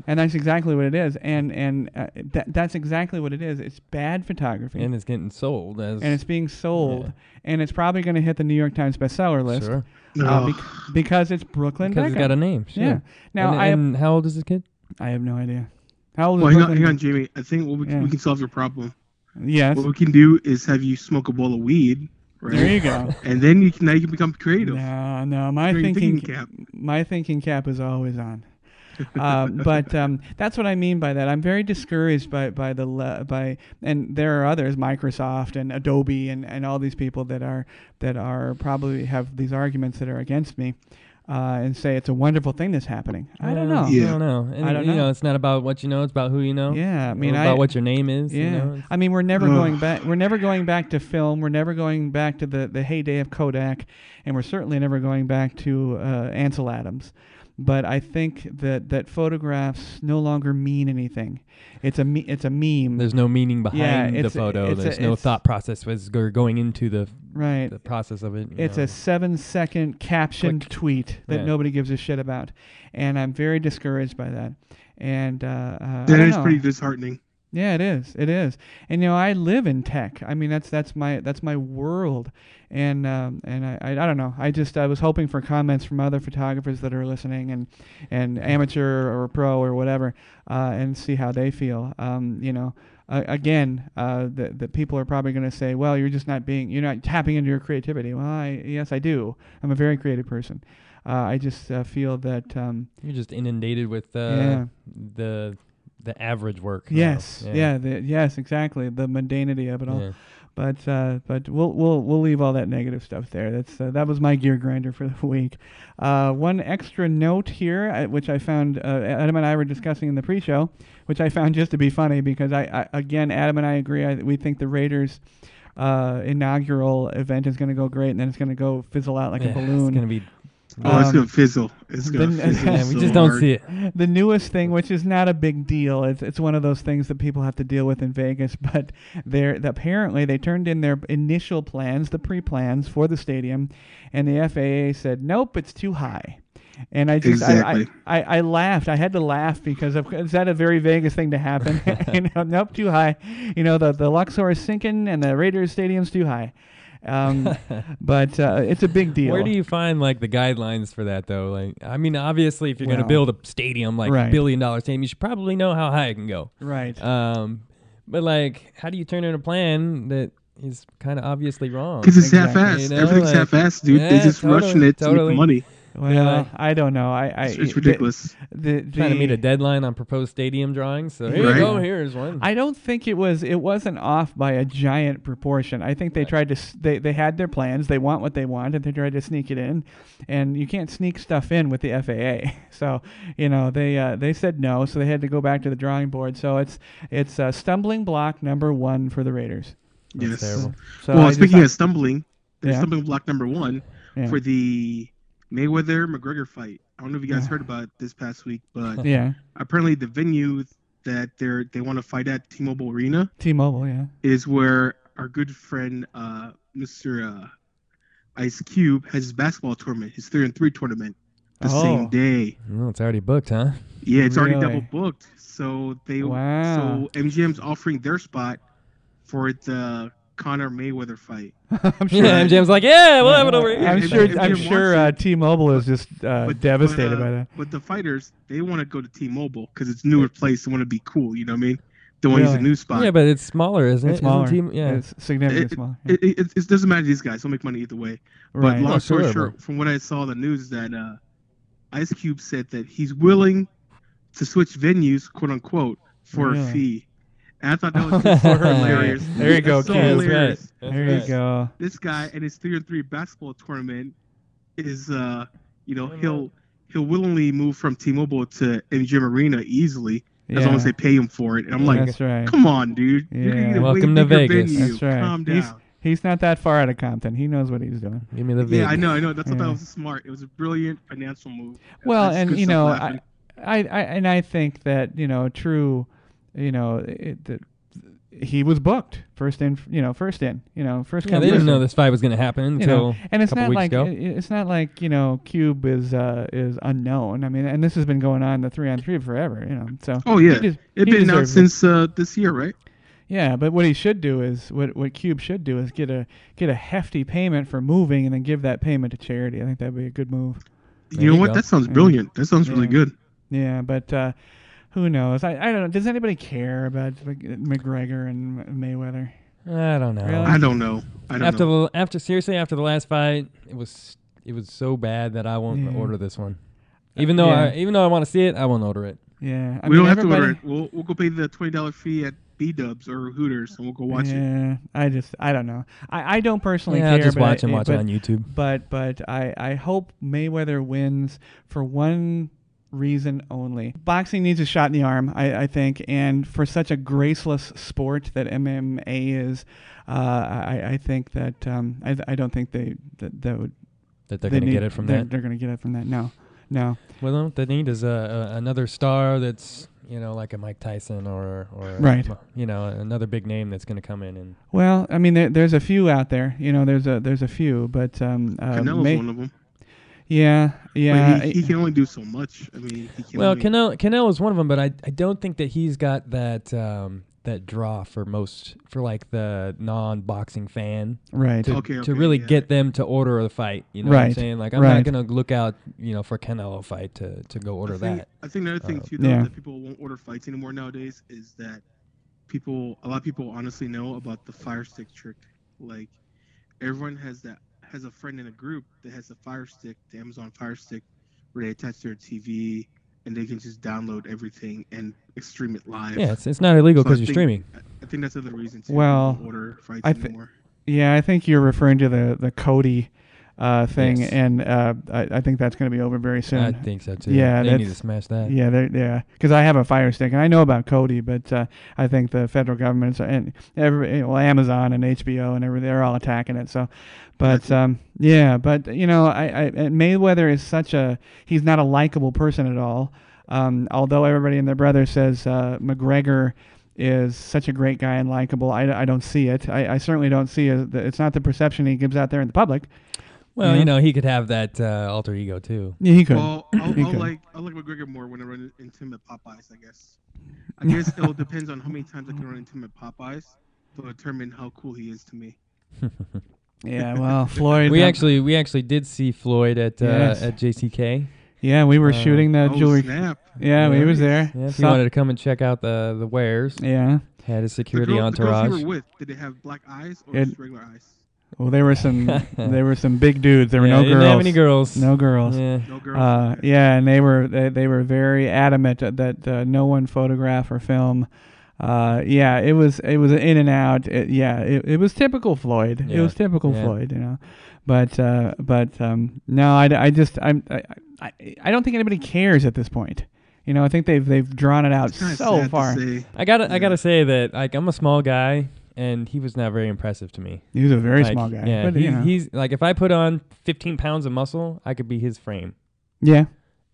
Speaker 2: and that's exactly what it is. And and uh, that that's exactly what it is. It's bad photography, and,
Speaker 3: and it's getting sold as
Speaker 2: it's being sold,
Speaker 3: Yeah.
Speaker 2: and it's probably going to hit the New York Times bestseller list
Speaker 3: sure
Speaker 2: uh,
Speaker 4: Oh,
Speaker 2: bec- because it's Brooklyn
Speaker 3: because
Speaker 2: Beckham.
Speaker 3: it's got a name. Sure.
Speaker 2: yeah. Now
Speaker 3: and,
Speaker 2: I
Speaker 3: and how old is this kid?
Speaker 2: I have no idea. How old
Speaker 4: well,
Speaker 2: is
Speaker 4: hang on, hang
Speaker 2: Brooklyn?
Speaker 4: on, Jamie. I think what we,
Speaker 2: Yeah.
Speaker 4: we can solve your problem.
Speaker 2: Yes.
Speaker 4: What we can do is have you smoke a bowl of weed,
Speaker 2: There
Speaker 4: right?
Speaker 2: you go.
Speaker 4: And then you can now you can become creative.
Speaker 2: No, no, my
Speaker 4: You're in
Speaker 2: thinking,
Speaker 4: thinking cap.
Speaker 2: my thinking cap is always on. uh, but um, that's what I mean by that. I'm very discouraged by by the le- by, and there are others, Microsoft and Adobe and, and all these people that are that are probably have these arguments that are against me, uh, and say it's a wonderful thing that's happening. I don't know.
Speaker 3: Well, Uh,
Speaker 4: Yeah.
Speaker 3: I don't know. And,
Speaker 2: I don't
Speaker 3: you know.
Speaker 2: know.
Speaker 3: It's not about what you know. It's about who you know.
Speaker 2: Yeah, I
Speaker 3: Or
Speaker 2: mean,
Speaker 3: about
Speaker 2: I-
Speaker 3: what your name is.
Speaker 2: Yeah,
Speaker 3: You know? It's-
Speaker 2: I mean, we're never
Speaker 4: Ugh.
Speaker 2: going back. We're never going back to film. We're never going back to the the heyday of Kodak, and we're certainly never going back to uh, Ansel Adams. But I think that that photographs no longer mean anything. It's a me- it's a meme,
Speaker 3: There's no meaning
Speaker 2: Yeah,
Speaker 3: behind the
Speaker 2: it's a-
Speaker 3: photo.
Speaker 2: it's a-
Speaker 3: There's no
Speaker 2: it's-
Speaker 3: thought process was go- going into the,
Speaker 2: right?
Speaker 3: the process of it. you
Speaker 2: It's
Speaker 3: know.
Speaker 2: a seven second captioned tweet that
Speaker 3: Yeah.
Speaker 2: nobody gives a shit about, and I'm very discouraged by that. And uh, uh, I
Speaker 4: That
Speaker 2: don't
Speaker 4: is
Speaker 2: know.
Speaker 4: pretty disheartening.
Speaker 2: Yeah, it is. It is. And you know, I live in tech. I mean, that's that's my that's my world. And um, and I, I I don't know. I just I was hoping for comments from other photographers that are listening and and amateur or pro or whatever, uh, and see how they feel. Um, you know. Uh, again, uh, that that people are probably going to say, "Well, you're just not being, you're not tapping into your creativity." Well, I, yes, I do. I'm a very creative person. Uh, I just uh, feel that um,
Speaker 3: You're just inundated with uh,
Speaker 2: Yeah.
Speaker 3: the the average work. now.
Speaker 2: yes, yeah, the, yes, exactly, the mundanity of it all.
Speaker 3: Yeah.
Speaker 2: But uh, but we'll we'll we'll leave all that negative stuff there. That's uh, that was my gear grinder for the week. Uh, one extra note here, uh, which I found uh, Adam and I were discussing in the pre-show, which I found just to be funny because I, I again Adam and I agree. I, we think the Raiders uh, inaugural event is going to go great, and then it's going to go fizzle out like
Speaker 3: Yeah,
Speaker 2: a
Speaker 3: It's
Speaker 2: balloon.
Speaker 3: gonna be
Speaker 4: Oh, it's
Speaker 2: Um,
Speaker 4: gonna fizzle. It's gonna
Speaker 2: then-
Speaker 4: fizzle.
Speaker 3: Yeah, we
Speaker 4: so
Speaker 3: just don't
Speaker 4: hard.
Speaker 3: see it.
Speaker 2: the newest thing, which is not a big deal. It's it's one of those things that people have to deal with in Vegas. But they're apparently they turned in their initial plans, the pre-plans for the stadium, and the FAA said nope, it's too high. And I just
Speaker 4: Exactly.
Speaker 2: I, I, I, I laughed. I had to laugh because of, is that a very Vegas thing to happen? you know, nope, too high. You know, the the Luxor is sinking and the Raiders Stadium's too high. Um, but uh, it's a big deal.
Speaker 3: Where do you find like the guidelines for that though? Like, I mean, obviously, if you're going
Speaker 2: Well,
Speaker 3: to build a stadium like
Speaker 2: right.
Speaker 3: a billion dollar stadium, you should probably know how high it can go.
Speaker 2: right?
Speaker 3: Um, but like, how do you turn in a plan that is kind of obviously wrong?
Speaker 4: Because it's
Speaker 2: Exactly.
Speaker 4: half-assed.
Speaker 3: You know,
Speaker 4: Everything's
Speaker 3: like-
Speaker 4: half-assed, dude. They
Speaker 3: Yeah,
Speaker 4: just
Speaker 3: totally,
Speaker 4: rushing it to
Speaker 3: totally.
Speaker 4: make money.
Speaker 2: well,
Speaker 3: yeah.
Speaker 2: I don't know. I, I
Speaker 4: It's,
Speaker 2: the-
Speaker 4: it's ridiculous.
Speaker 2: the, the,
Speaker 3: Trying to meet a deadline on proposed stadium drawings. So here
Speaker 4: Right.
Speaker 3: you go. Here's one.
Speaker 2: I don't think it was. It wasn't off by a giant proportion. I think they tried to. s- They they had their plans. They want what they want, and they tried to sneak it in. And you can't sneak stuff in with the FAA. So you know they uh, they said no. So they had to go back to the drawing board. So it's it's uh, stumbling block number one for the Raiders.
Speaker 4: yes.
Speaker 3: terrible.
Speaker 2: So
Speaker 4: well,
Speaker 2: I
Speaker 4: speaking
Speaker 2: just-
Speaker 4: of stumbling, there's
Speaker 2: Yeah.
Speaker 4: stumbling block number one
Speaker 2: Yeah.
Speaker 4: for the Mayweather McGregor fight. I don't know if you guys
Speaker 2: Yeah.
Speaker 4: heard about it this past week, but
Speaker 2: uh, yeah,
Speaker 4: apparently the venue that they're they want to fight at T-Mobile Arena
Speaker 2: T-Mobile. Yeah.
Speaker 4: is where our good friend uh, Mr. Uh, Ice Cube has his basketball tournament, his three and three tournament, the
Speaker 2: Oh.
Speaker 4: same day.
Speaker 3: Well, it's already booked, huh?
Speaker 4: Yeah, it's already double
Speaker 2: Really?
Speaker 4: booked. So they
Speaker 2: Wow.
Speaker 4: so MGM's offering their spot for the Conor Mayweather fight.
Speaker 2: I'm sure.
Speaker 3: Yeah, MJ's like, yeah, we'll have it over here.
Speaker 2: I'm
Speaker 4: If-
Speaker 2: sure.
Speaker 4: if
Speaker 2: I'm
Speaker 4: you
Speaker 2: sure. Uh,
Speaker 4: want
Speaker 2: T-Mobile is just uh, devastated
Speaker 4: uh,
Speaker 2: by that.
Speaker 4: But the fighters, they want to go to T-Mobile because it's a newer place. They want to be cool. You know what I mean? They want to use a
Speaker 2: Really?
Speaker 4: new spot.
Speaker 3: Yeah, but it's smaller, isn't it?
Speaker 2: It's smaller.
Speaker 3: Isn't team, yeah.
Speaker 2: It's significantly smaller. Yeah.
Speaker 4: it, it, it doesn't matter to these guys. They'll make money either way.
Speaker 2: right.
Speaker 4: But long
Speaker 3: Oh,
Speaker 4: story
Speaker 3: sure,
Speaker 4: short, from what I saw in the news, that uh, Ice Cube said that he's willing to switch venues, quote unquote, for
Speaker 2: Really?
Speaker 4: a fee. And I thought that was just so hilarious.
Speaker 2: There you go,
Speaker 4: That's so
Speaker 2: kid.
Speaker 3: That's right.
Speaker 4: hilarious.
Speaker 3: That's
Speaker 2: there you
Speaker 3: right.
Speaker 2: go.
Speaker 4: This guy and his three and three basketball tournament is, uh, you know,
Speaker 3: Why not?
Speaker 4: he'll he'll willingly move from T-Mobile to MGM Arena easily as long as they pay him for it. And I'm like,
Speaker 2: that's right.
Speaker 4: come on, dude, you're
Speaker 2: Yeah.
Speaker 4: gonna get a
Speaker 3: Welcome
Speaker 4: way
Speaker 3: to
Speaker 4: bigger
Speaker 3: Vegas.
Speaker 4: venue.
Speaker 2: That's right.
Speaker 4: Calm down.
Speaker 2: He's- He's not that far out of Compton. He knows what he's doing.
Speaker 3: Give me the vid.
Speaker 4: Yeah, I know, I know. That's what I
Speaker 2: Yeah.
Speaker 4: was smart. It was a brilliant financial move.
Speaker 2: Well,
Speaker 4: That's
Speaker 2: and
Speaker 4: good
Speaker 2: you
Speaker 4: stuff
Speaker 2: know, I,
Speaker 4: happening.
Speaker 2: I, I, and I think that you know, true, you know, it, that he was booked first in, you know, first in, you know, first
Speaker 3: Yeah,
Speaker 2: come.
Speaker 3: they
Speaker 2: first
Speaker 3: didn't know
Speaker 2: in,
Speaker 3: this fight was going to happen
Speaker 2: You
Speaker 3: until
Speaker 2: know, and it's
Speaker 3: couple
Speaker 2: not
Speaker 3: weeks
Speaker 2: like
Speaker 3: ago.
Speaker 2: it- it's not like you know, Cube is uh, is unknown. I mean, and this has been going on the three on three forever. You know, so
Speaker 4: oh yeah,
Speaker 2: he des-
Speaker 4: it's
Speaker 2: he
Speaker 4: been out
Speaker 2: deserves it.
Speaker 4: since uh, this year, right?
Speaker 2: Yeah, but what he should do is what what Cube should do is get a get a hefty payment for moving and then give that payment to charity. I think that'd be a good move.
Speaker 3: There
Speaker 4: you know
Speaker 3: you
Speaker 4: what?
Speaker 3: go.
Speaker 4: That sounds
Speaker 2: Yeah.
Speaker 4: brilliant. That sounds really
Speaker 2: Yeah.
Speaker 4: good.
Speaker 2: Yeah, but uh, who knows? I, I don't know. Does anybody care about Mc- McGregor and M- Mayweather?
Speaker 3: I don't know.
Speaker 2: Really?
Speaker 4: I don't know. I don't
Speaker 3: after
Speaker 4: know.
Speaker 3: the after seriously after the last fight, it was it was so bad that I won't
Speaker 2: Yeah.
Speaker 3: order this one. Even though
Speaker 2: yeah.
Speaker 3: I even though I want to see it, I won't order it.
Speaker 2: Yeah, I
Speaker 4: we
Speaker 2: mean,
Speaker 4: don't have to
Speaker 2: everybody-
Speaker 4: order it. We'll we'll go pay the twenty dollar fee at B Dubs or Hooters, and we'll go watch it.
Speaker 2: yeah, I just I don't know. I, I don't personally
Speaker 3: yeah,
Speaker 2: care.
Speaker 3: I'll just
Speaker 2: but I-
Speaker 3: watch and watch
Speaker 2: but,
Speaker 3: it on YouTube.
Speaker 2: but but I, I hope Mayweather wins for one reason only. Boxing needs a shot in the arm, I, I think, and for such a graceless sport that MMA is, uh, I, I think that um, I, I don't think they that, that would
Speaker 3: That they're
Speaker 2: they
Speaker 3: going to
Speaker 2: need-
Speaker 3: get it from
Speaker 2: they're,
Speaker 3: that.
Speaker 2: They're gonna get it from that. No, no.
Speaker 3: Well, no, what they need is a, a, another star that's you know like a Mike Tyson or or
Speaker 2: Right.
Speaker 3: you know another big name that's going to come in and
Speaker 2: Well, I mean, there, there's a few out there. You know, there's a there's a few, but um, uh,
Speaker 4: Canelo's
Speaker 2: May-
Speaker 4: one of them.
Speaker 2: yeah, yeah.
Speaker 4: he, he can only do so much. I mean, he can
Speaker 3: well
Speaker 4: only-
Speaker 3: Canelo Canelo is one of them, but I I don't think that he's got that um that draw for most for like the non boxing fan.
Speaker 2: right.
Speaker 3: to,
Speaker 4: Okay,
Speaker 3: to
Speaker 4: okay,
Speaker 3: really
Speaker 4: yeah.
Speaker 3: get them to order the fight. You know what I'm
Speaker 2: Right,
Speaker 3: saying? Like I'm
Speaker 2: right.
Speaker 3: not gonna look out, you know, for Canelo fight to to go order
Speaker 4: I think,
Speaker 3: that.
Speaker 4: I think another thing
Speaker 3: Uh,
Speaker 4: too, though,
Speaker 2: yeah.
Speaker 4: that people won't order fights anymore nowadays is that people, a lot of people, honestly know about the fire stick trick. Like everyone has that has a friend in a group that has the fire stick, the Amazon Fire Stick, where they attach their TV and they can just download everything and stream it live.
Speaker 3: Yeah, it's, it's not illegal
Speaker 4: So I
Speaker 3: because you're
Speaker 4: think-
Speaker 3: streaming.
Speaker 4: I, I think that's another reason too.
Speaker 2: Well,
Speaker 4: people don't order fights
Speaker 2: I thi-
Speaker 4: anymore.
Speaker 2: Yeah, I think you're referring to the the Cody uh, thing,
Speaker 3: Yes.
Speaker 2: and uh, I, I think that's going to be over very soon.
Speaker 3: I think so too.
Speaker 2: Yeah,
Speaker 3: they need to
Speaker 2: that's-
Speaker 3: smash that.
Speaker 2: Yeah, they're, yeah. Because I have a Fire Stick, and I know about Cody, but uh, I think the federal governments and every well, Amazon and HBO and everything, they're all attacking it. So, but um, yeah, but you know, I, I and Mayweather is such a he's not a likable person at all. Um, although everybody and their brother says uh, McGregor is such a great guy and likable, I, I don't see it. I, I certainly don't see it. It's not the perception he gives out there in the public.
Speaker 3: Well,
Speaker 2: Yeah.
Speaker 3: you know, he could have that uh, alter ego too.
Speaker 2: Yeah, he could.
Speaker 4: Well, I'll,
Speaker 2: He
Speaker 4: I'll
Speaker 2: could.
Speaker 4: like I will like McGregor more when I run into him at Popeyes. I guess. I guess it all depends on how many times I can run into him at Popeyes to determine how cool he is to me.
Speaker 2: yeah, well, Floyd.
Speaker 3: We
Speaker 2: um,
Speaker 3: actually we actually did see Floyd at uh,
Speaker 2: Yes.
Speaker 3: at JCK.
Speaker 2: yeah, we were
Speaker 3: uh,
Speaker 2: shooting the
Speaker 4: oh
Speaker 2: jewelry
Speaker 4: snap!
Speaker 2: Yeah,
Speaker 3: Yeah.
Speaker 2: he was there.
Speaker 3: Yeah, if
Speaker 2: So-
Speaker 3: you wanted to come and check out the the wares,
Speaker 2: yeah.
Speaker 3: had his
Speaker 4: The,
Speaker 3: security
Speaker 4: girl, the girls
Speaker 3: entourage.
Speaker 4: you were with, did they have black eyes or
Speaker 2: It-
Speaker 4: just regular eyes?
Speaker 2: Well, there were some. there were some big dudes. There were
Speaker 3: Yeah,
Speaker 2: no
Speaker 3: they
Speaker 2: girls.
Speaker 3: Didn't have any girls.
Speaker 2: No girls.
Speaker 3: Yeah.
Speaker 4: No girls.
Speaker 2: Uh, yeah, and they were they, they were very adamant that, that uh, no one photograph or film. Uh, yeah, it was it was in and out. It, yeah, it, it was typical Floyd. It
Speaker 3: Yeah.
Speaker 2: was typical
Speaker 3: Yeah.
Speaker 2: Floyd, you know. But uh, but um, no, I, I just I'm I, I I don't think anybody cares at this point. You know, I think they've they've drawn it out
Speaker 4: It's kinda
Speaker 2: so
Speaker 4: sad to
Speaker 2: far.
Speaker 4: say.
Speaker 3: I gotta I
Speaker 4: Yeah.
Speaker 3: gotta say that like I'm a small guy and he was not very impressive to me.
Speaker 2: He was a very
Speaker 3: Like,
Speaker 2: small guy.
Speaker 3: Yeah,
Speaker 2: but,
Speaker 3: he-
Speaker 2: you know.
Speaker 3: he's like if I put on 15 pounds of muscle, I could be his frame.
Speaker 2: yeah,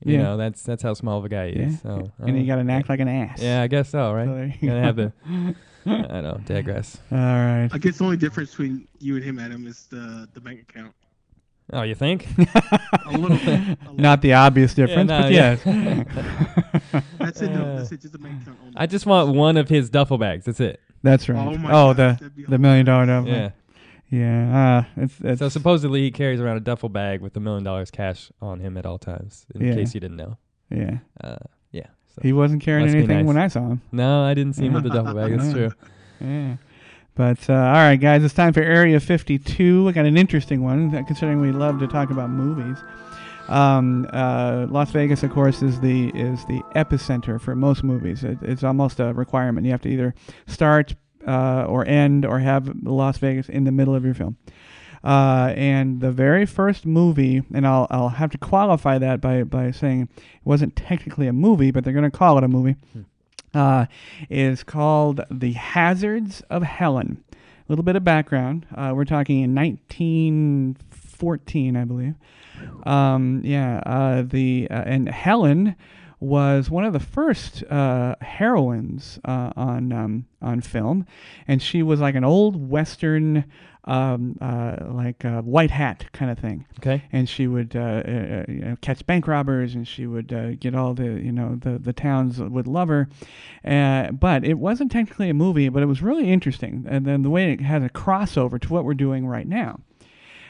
Speaker 3: You
Speaker 2: Yeah.
Speaker 3: know, that's that's how small of a guy he
Speaker 2: Yeah.
Speaker 3: is. So, I
Speaker 2: and he
Speaker 3: don't-
Speaker 2: got to act like an ass.
Speaker 3: Oh, Yeah, I guess so,
Speaker 2: So
Speaker 3: right?
Speaker 2: there you
Speaker 3: Gotta have the.
Speaker 2: go.
Speaker 3: I don't digress.
Speaker 2: All right.
Speaker 4: I guess the only difference between you and him, Adam, is the the bank account.
Speaker 3: Oh, you think?
Speaker 4: A little bit. a little-
Speaker 2: Not the obvious difference,
Speaker 3: no,
Speaker 2: but
Speaker 3: yeah.
Speaker 2: yes.
Speaker 4: That's it.
Speaker 3: Uh,
Speaker 4: No, that's it. Just the bank account. Only.
Speaker 3: I just want one of his duffel bags. That's it.
Speaker 2: That's right.
Speaker 4: Oh my
Speaker 2: oh,
Speaker 4: gosh,
Speaker 2: the
Speaker 4: that'd be
Speaker 2: the million dollar
Speaker 3: Yeah.
Speaker 2: double. Yeah. Uh, it's, it's
Speaker 3: So supposedly he carries around a duffel bag with a million dollars cash on him at all times, in
Speaker 2: Yeah.
Speaker 3: case you didn't know.
Speaker 2: yeah.
Speaker 3: Uh, yeah. So.
Speaker 2: He wasn't carrying
Speaker 3: Must be
Speaker 2: anything
Speaker 3: nice.
Speaker 2: when I saw him.
Speaker 3: no, I didn't see him with the duffel bag. That's
Speaker 2: Yeah.
Speaker 3: true.
Speaker 2: Yeah. But uh, all right, guys, it's time for Area 52. I got an interesting one, uh, considering we love to talk about movies. Um, uh, Las Vegas, of course, is the is the epicenter for most movies. It, it's almost a requirement. You have to either start uh, or end or have Las Vegas in the middle of your film. Uh, and the very first movie, and I'll I'll have to qualify that by by saying it wasn't technically a movie, but they're going to call it a movie uh, is called The Hazards of Helen. A little bit of background. Uh, we're talking in 1914, I believe. Um, yeah, uh, the uh, and Helen was one of the first uh, heroines uh, on um, on film, and she was like an old western, um, uh, like uh, white hat kind of thing
Speaker 3: Okay.
Speaker 2: and she would uh, uh, you know, catch bank robbers, and she would uh, get all the you know the the towns would love her. Uh, but it wasn't technically a movie, but it was really interesting, and then the way it had a crossover to what we're doing right now.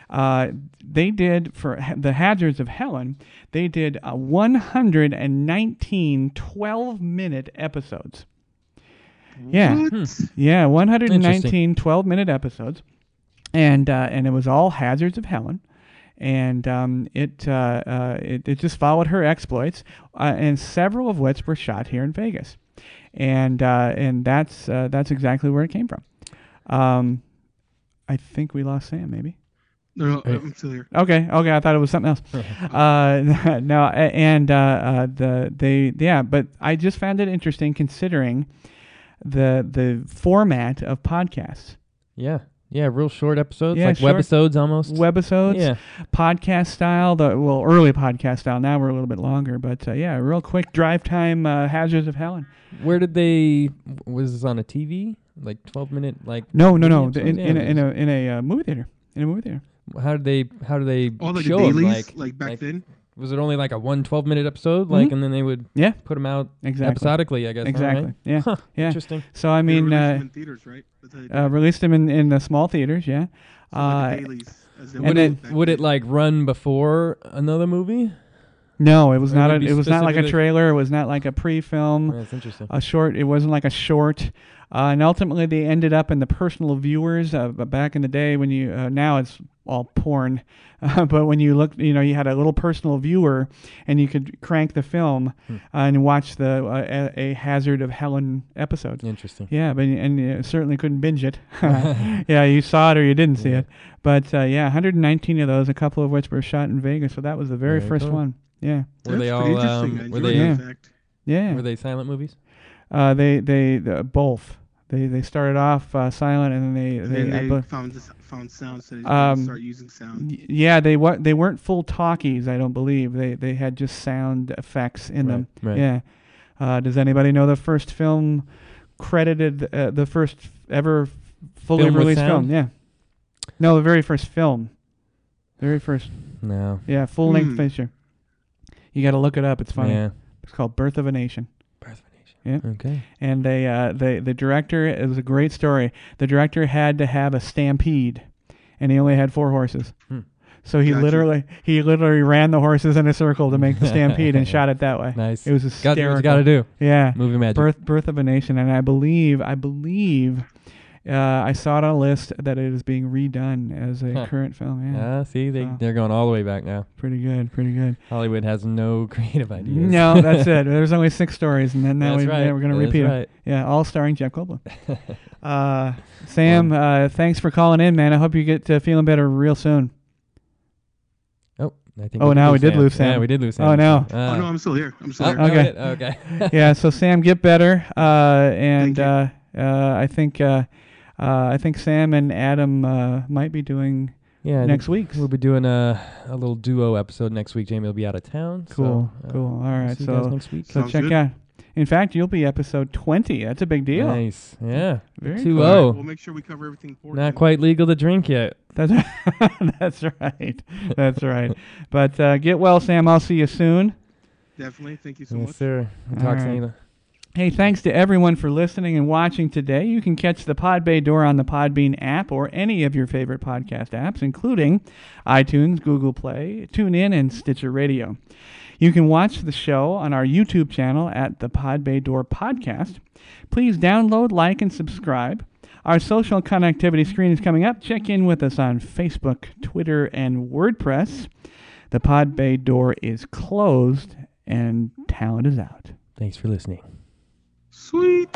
Speaker 2: Uh, they did for Ha- the Hazards of Helen. They did uh, 119 12-minute episodes. Yeah. Hmm.
Speaker 4: What?
Speaker 2: Yeah, 119
Speaker 3: Interesting.
Speaker 2: 12 minute episodes. And uh, and it was all Hazards of Helen. And um, it, uh, uh, it it just followed her exploits, uh, and several of which were shot here in Vegas, and uh, and that's uh, that's exactly where it came from. Um, I think we lost Sam, maybe.
Speaker 4: No, no,
Speaker 3: Hey.
Speaker 4: I'm still here.
Speaker 2: Okay, okay, I thought it was something else. uh, no, a- and uh, uh, the they yeah, but I just found it interesting considering the the format of podcasts,
Speaker 3: Yeah. Yeah. Real short episodes,
Speaker 2: Yeah,
Speaker 3: like
Speaker 2: short-
Speaker 3: webisodes almost.
Speaker 2: webisodes,
Speaker 3: Yeah.
Speaker 2: podcast style. The well, early podcast style. Now we're a little bit longer, but uh, yeah, real quick drive time. Uh, Hazards of Helen.
Speaker 3: Where did they? Was this on a TV? Like 12 minute? Like
Speaker 2: No, no, no.
Speaker 3: Yeah,
Speaker 2: In, in, a,
Speaker 3: yeah.
Speaker 2: in a in a uh, movie theater. In a movie theater.
Speaker 3: how did they? How do they
Speaker 4: All Oh, like
Speaker 3: show
Speaker 4: the
Speaker 3: 'em?
Speaker 4: dailies,
Speaker 3: Like
Speaker 4: like, back
Speaker 3: like-
Speaker 4: then.
Speaker 3: was it only like a one 12 minute episode? Like
Speaker 2: Mhm.
Speaker 3: and then they would
Speaker 2: Yeah.
Speaker 3: put them out
Speaker 2: Exactly.
Speaker 3: episodically. I guess. huh,
Speaker 2: Exactly.
Speaker 3: right?
Speaker 2: Yeah.
Speaker 3: Huh,
Speaker 2: Yeah.
Speaker 3: Interesting.
Speaker 2: So I
Speaker 4: They
Speaker 2: mean,
Speaker 4: released them
Speaker 2: uh,
Speaker 4: in theaters, right? That's how they did
Speaker 2: uh,
Speaker 4: it.
Speaker 2: released them in in the small theaters. Yeah.
Speaker 4: So like
Speaker 2: uh,
Speaker 4: the dailies, as they
Speaker 2: and
Speaker 4: would
Speaker 2: it-
Speaker 4: back
Speaker 3: Would it
Speaker 4: then.
Speaker 3: like run before another movie?
Speaker 2: No, it was
Speaker 3: Or
Speaker 2: not. A,
Speaker 3: would it be
Speaker 2: it was not like a
Speaker 3: specific-
Speaker 2: trailer. It was not like a pre-film.
Speaker 3: That's interesting.
Speaker 2: a short. It wasn't like a short. Uh, and ultimately, they ended up in the personal viewers. Uh, but back in the day, when you uh, now it's all porn, uh, but when you look, you know, you had a little personal viewer, and you could crank the film uh, and watch the uh, a, a Hazard of Helen episode.
Speaker 3: Interesting.
Speaker 2: Yeah, but and you certainly couldn't binge it. yeah, you saw it or you didn't see it. But uh, yeah, 119 of those, a couple of which were shot in Vegas. So that was the very
Speaker 3: Very
Speaker 2: first
Speaker 3: cool.
Speaker 2: one. Yeah,
Speaker 3: Were they
Speaker 4: pretty
Speaker 3: all?
Speaker 4: interesting. I
Speaker 3: Um, were
Speaker 4: enjoyed
Speaker 3: they?
Speaker 2: Yeah.
Speaker 4: that fact.
Speaker 2: yeah.
Speaker 3: Were they silent movies?
Speaker 2: Uh, they they the, both. They they started off uh, silent and then
Speaker 4: And
Speaker 2: they they,
Speaker 4: then
Speaker 2: I
Speaker 4: they
Speaker 2: bu-
Speaker 4: found this, found sound, so they
Speaker 2: Um,
Speaker 4: start using sound.
Speaker 2: y- yeah they wa- they weren't full talkies. I don't believe they they had just sound effects in them.
Speaker 3: Right, right.
Speaker 2: Yeah. Uh, does anybody know the first film credited uh, the first ever fully
Speaker 3: Film with
Speaker 2: released
Speaker 3: sound?
Speaker 2: film? Yeah. No, the very first film. Very first,
Speaker 3: No.
Speaker 2: yeah, full length
Speaker 4: Hmm.
Speaker 2: feature. You got to look it up. It's funny.
Speaker 3: Yeah.
Speaker 2: It's called Birth of a Nation.
Speaker 3: Birth of a Nation.
Speaker 2: Yeah.
Speaker 3: Okay.
Speaker 2: and they uh, the the director it was a great story. The director had to have a stampede, and he only had four horses.
Speaker 3: Hmm.
Speaker 2: So he
Speaker 4: Gotcha.
Speaker 2: literally he literally ran the horses in a circle to make the stampede and shot it that way.
Speaker 3: Nice.
Speaker 2: It was
Speaker 3: Got
Speaker 2: hysterical.
Speaker 3: what you got to do.
Speaker 2: Yeah,
Speaker 3: Movie magic.
Speaker 2: birth birth of a nation, and I believe I believe. Uh, I saw it on a list that it is being redone as a
Speaker 3: Huh.
Speaker 2: current film. Yeah,
Speaker 3: Ah, see, they
Speaker 2: So.
Speaker 3: they're going all the way back now.
Speaker 2: pretty good, pretty good.
Speaker 3: Hollywood has no creative ideas.
Speaker 2: No, that's it. There's only six stories, and then now
Speaker 3: That's
Speaker 2: we,
Speaker 3: right.
Speaker 2: we're going to
Speaker 3: That's
Speaker 2: repeat it.
Speaker 3: right.
Speaker 2: Yeah, all starring Jeff Goldblum. uh, Sam, uh, thanks for calling in, man. I hope you get uh, feeling better real soon.
Speaker 3: Oh, I think.
Speaker 2: Oh, now we did lose
Speaker 3: Yeah,
Speaker 2: Sam.
Speaker 3: we did lose Sam.
Speaker 2: Oh, no.
Speaker 3: Ah.
Speaker 4: oh no, I'm still here. I'm still
Speaker 3: Oh,
Speaker 4: here.
Speaker 3: no,
Speaker 2: Okay.
Speaker 3: it- Okay.
Speaker 2: yeah, so Sam, get better. Uh, and
Speaker 4: Thank you.
Speaker 2: uh, uh, I think uh, uh, I think Sam and Adam uh, might be doing
Speaker 3: yeah. I think
Speaker 2: next week's.
Speaker 3: We'll be doing a a little duo episode next week. Jamie will be out of town. so,
Speaker 2: Cool,
Speaker 3: uh,
Speaker 2: cool. All
Speaker 3: we'll
Speaker 2: right,
Speaker 3: see you guys
Speaker 2: so-
Speaker 3: next week.
Speaker 2: So
Speaker 4: Sounds
Speaker 2: check
Speaker 4: good.
Speaker 2: out. In fact, you'll be episode 20. That's a big deal.
Speaker 3: Nice. Yeah.
Speaker 2: Very
Speaker 3: Too
Speaker 2: cool.
Speaker 3: low.
Speaker 4: We'll make sure we cover everything. for
Speaker 3: Not
Speaker 4: you.
Speaker 3: quite legal to drink yet.
Speaker 2: That's, that's right. That's right. But uh, get well, Sam. I'll see you soon.
Speaker 4: Definitely. Thank you so
Speaker 3: Yes,
Speaker 4: much.
Speaker 3: sir. We'll
Speaker 2: All
Speaker 3: talk
Speaker 2: right.
Speaker 3: later.
Speaker 2: Hey, thanks to everyone for listening and watching today. You can catch the Pod Bay Door on the Podbean app or any of your favorite podcast apps, including iTunes, Google Play, TuneIn, and Stitcher Radio. You can watch the show on our YouTube channel at the Pod Bay Door Podcast. Please download, like, and subscribe. Our social connectivity screen is coming up. Check in with us on Facebook, Twitter, and WordPress. The Pod Bay Door is closed, and talent is out.
Speaker 3: Thanks for listening.
Speaker 4: Sweet.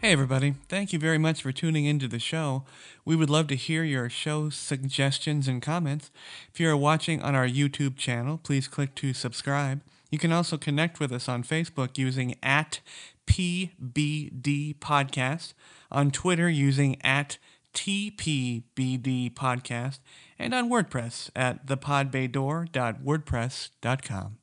Speaker 2: Hey, everybody. Thank you very much for tuning into the show. We would love to hear your show suggestions and comments. If you are watching on our YouTube channel, please click to subscribe. You can also connect with us on Facebook using at PBD Podcast, on Twitter using at TPBD Podcast, and on WordPress at thepodbaydoor.wordpress.com.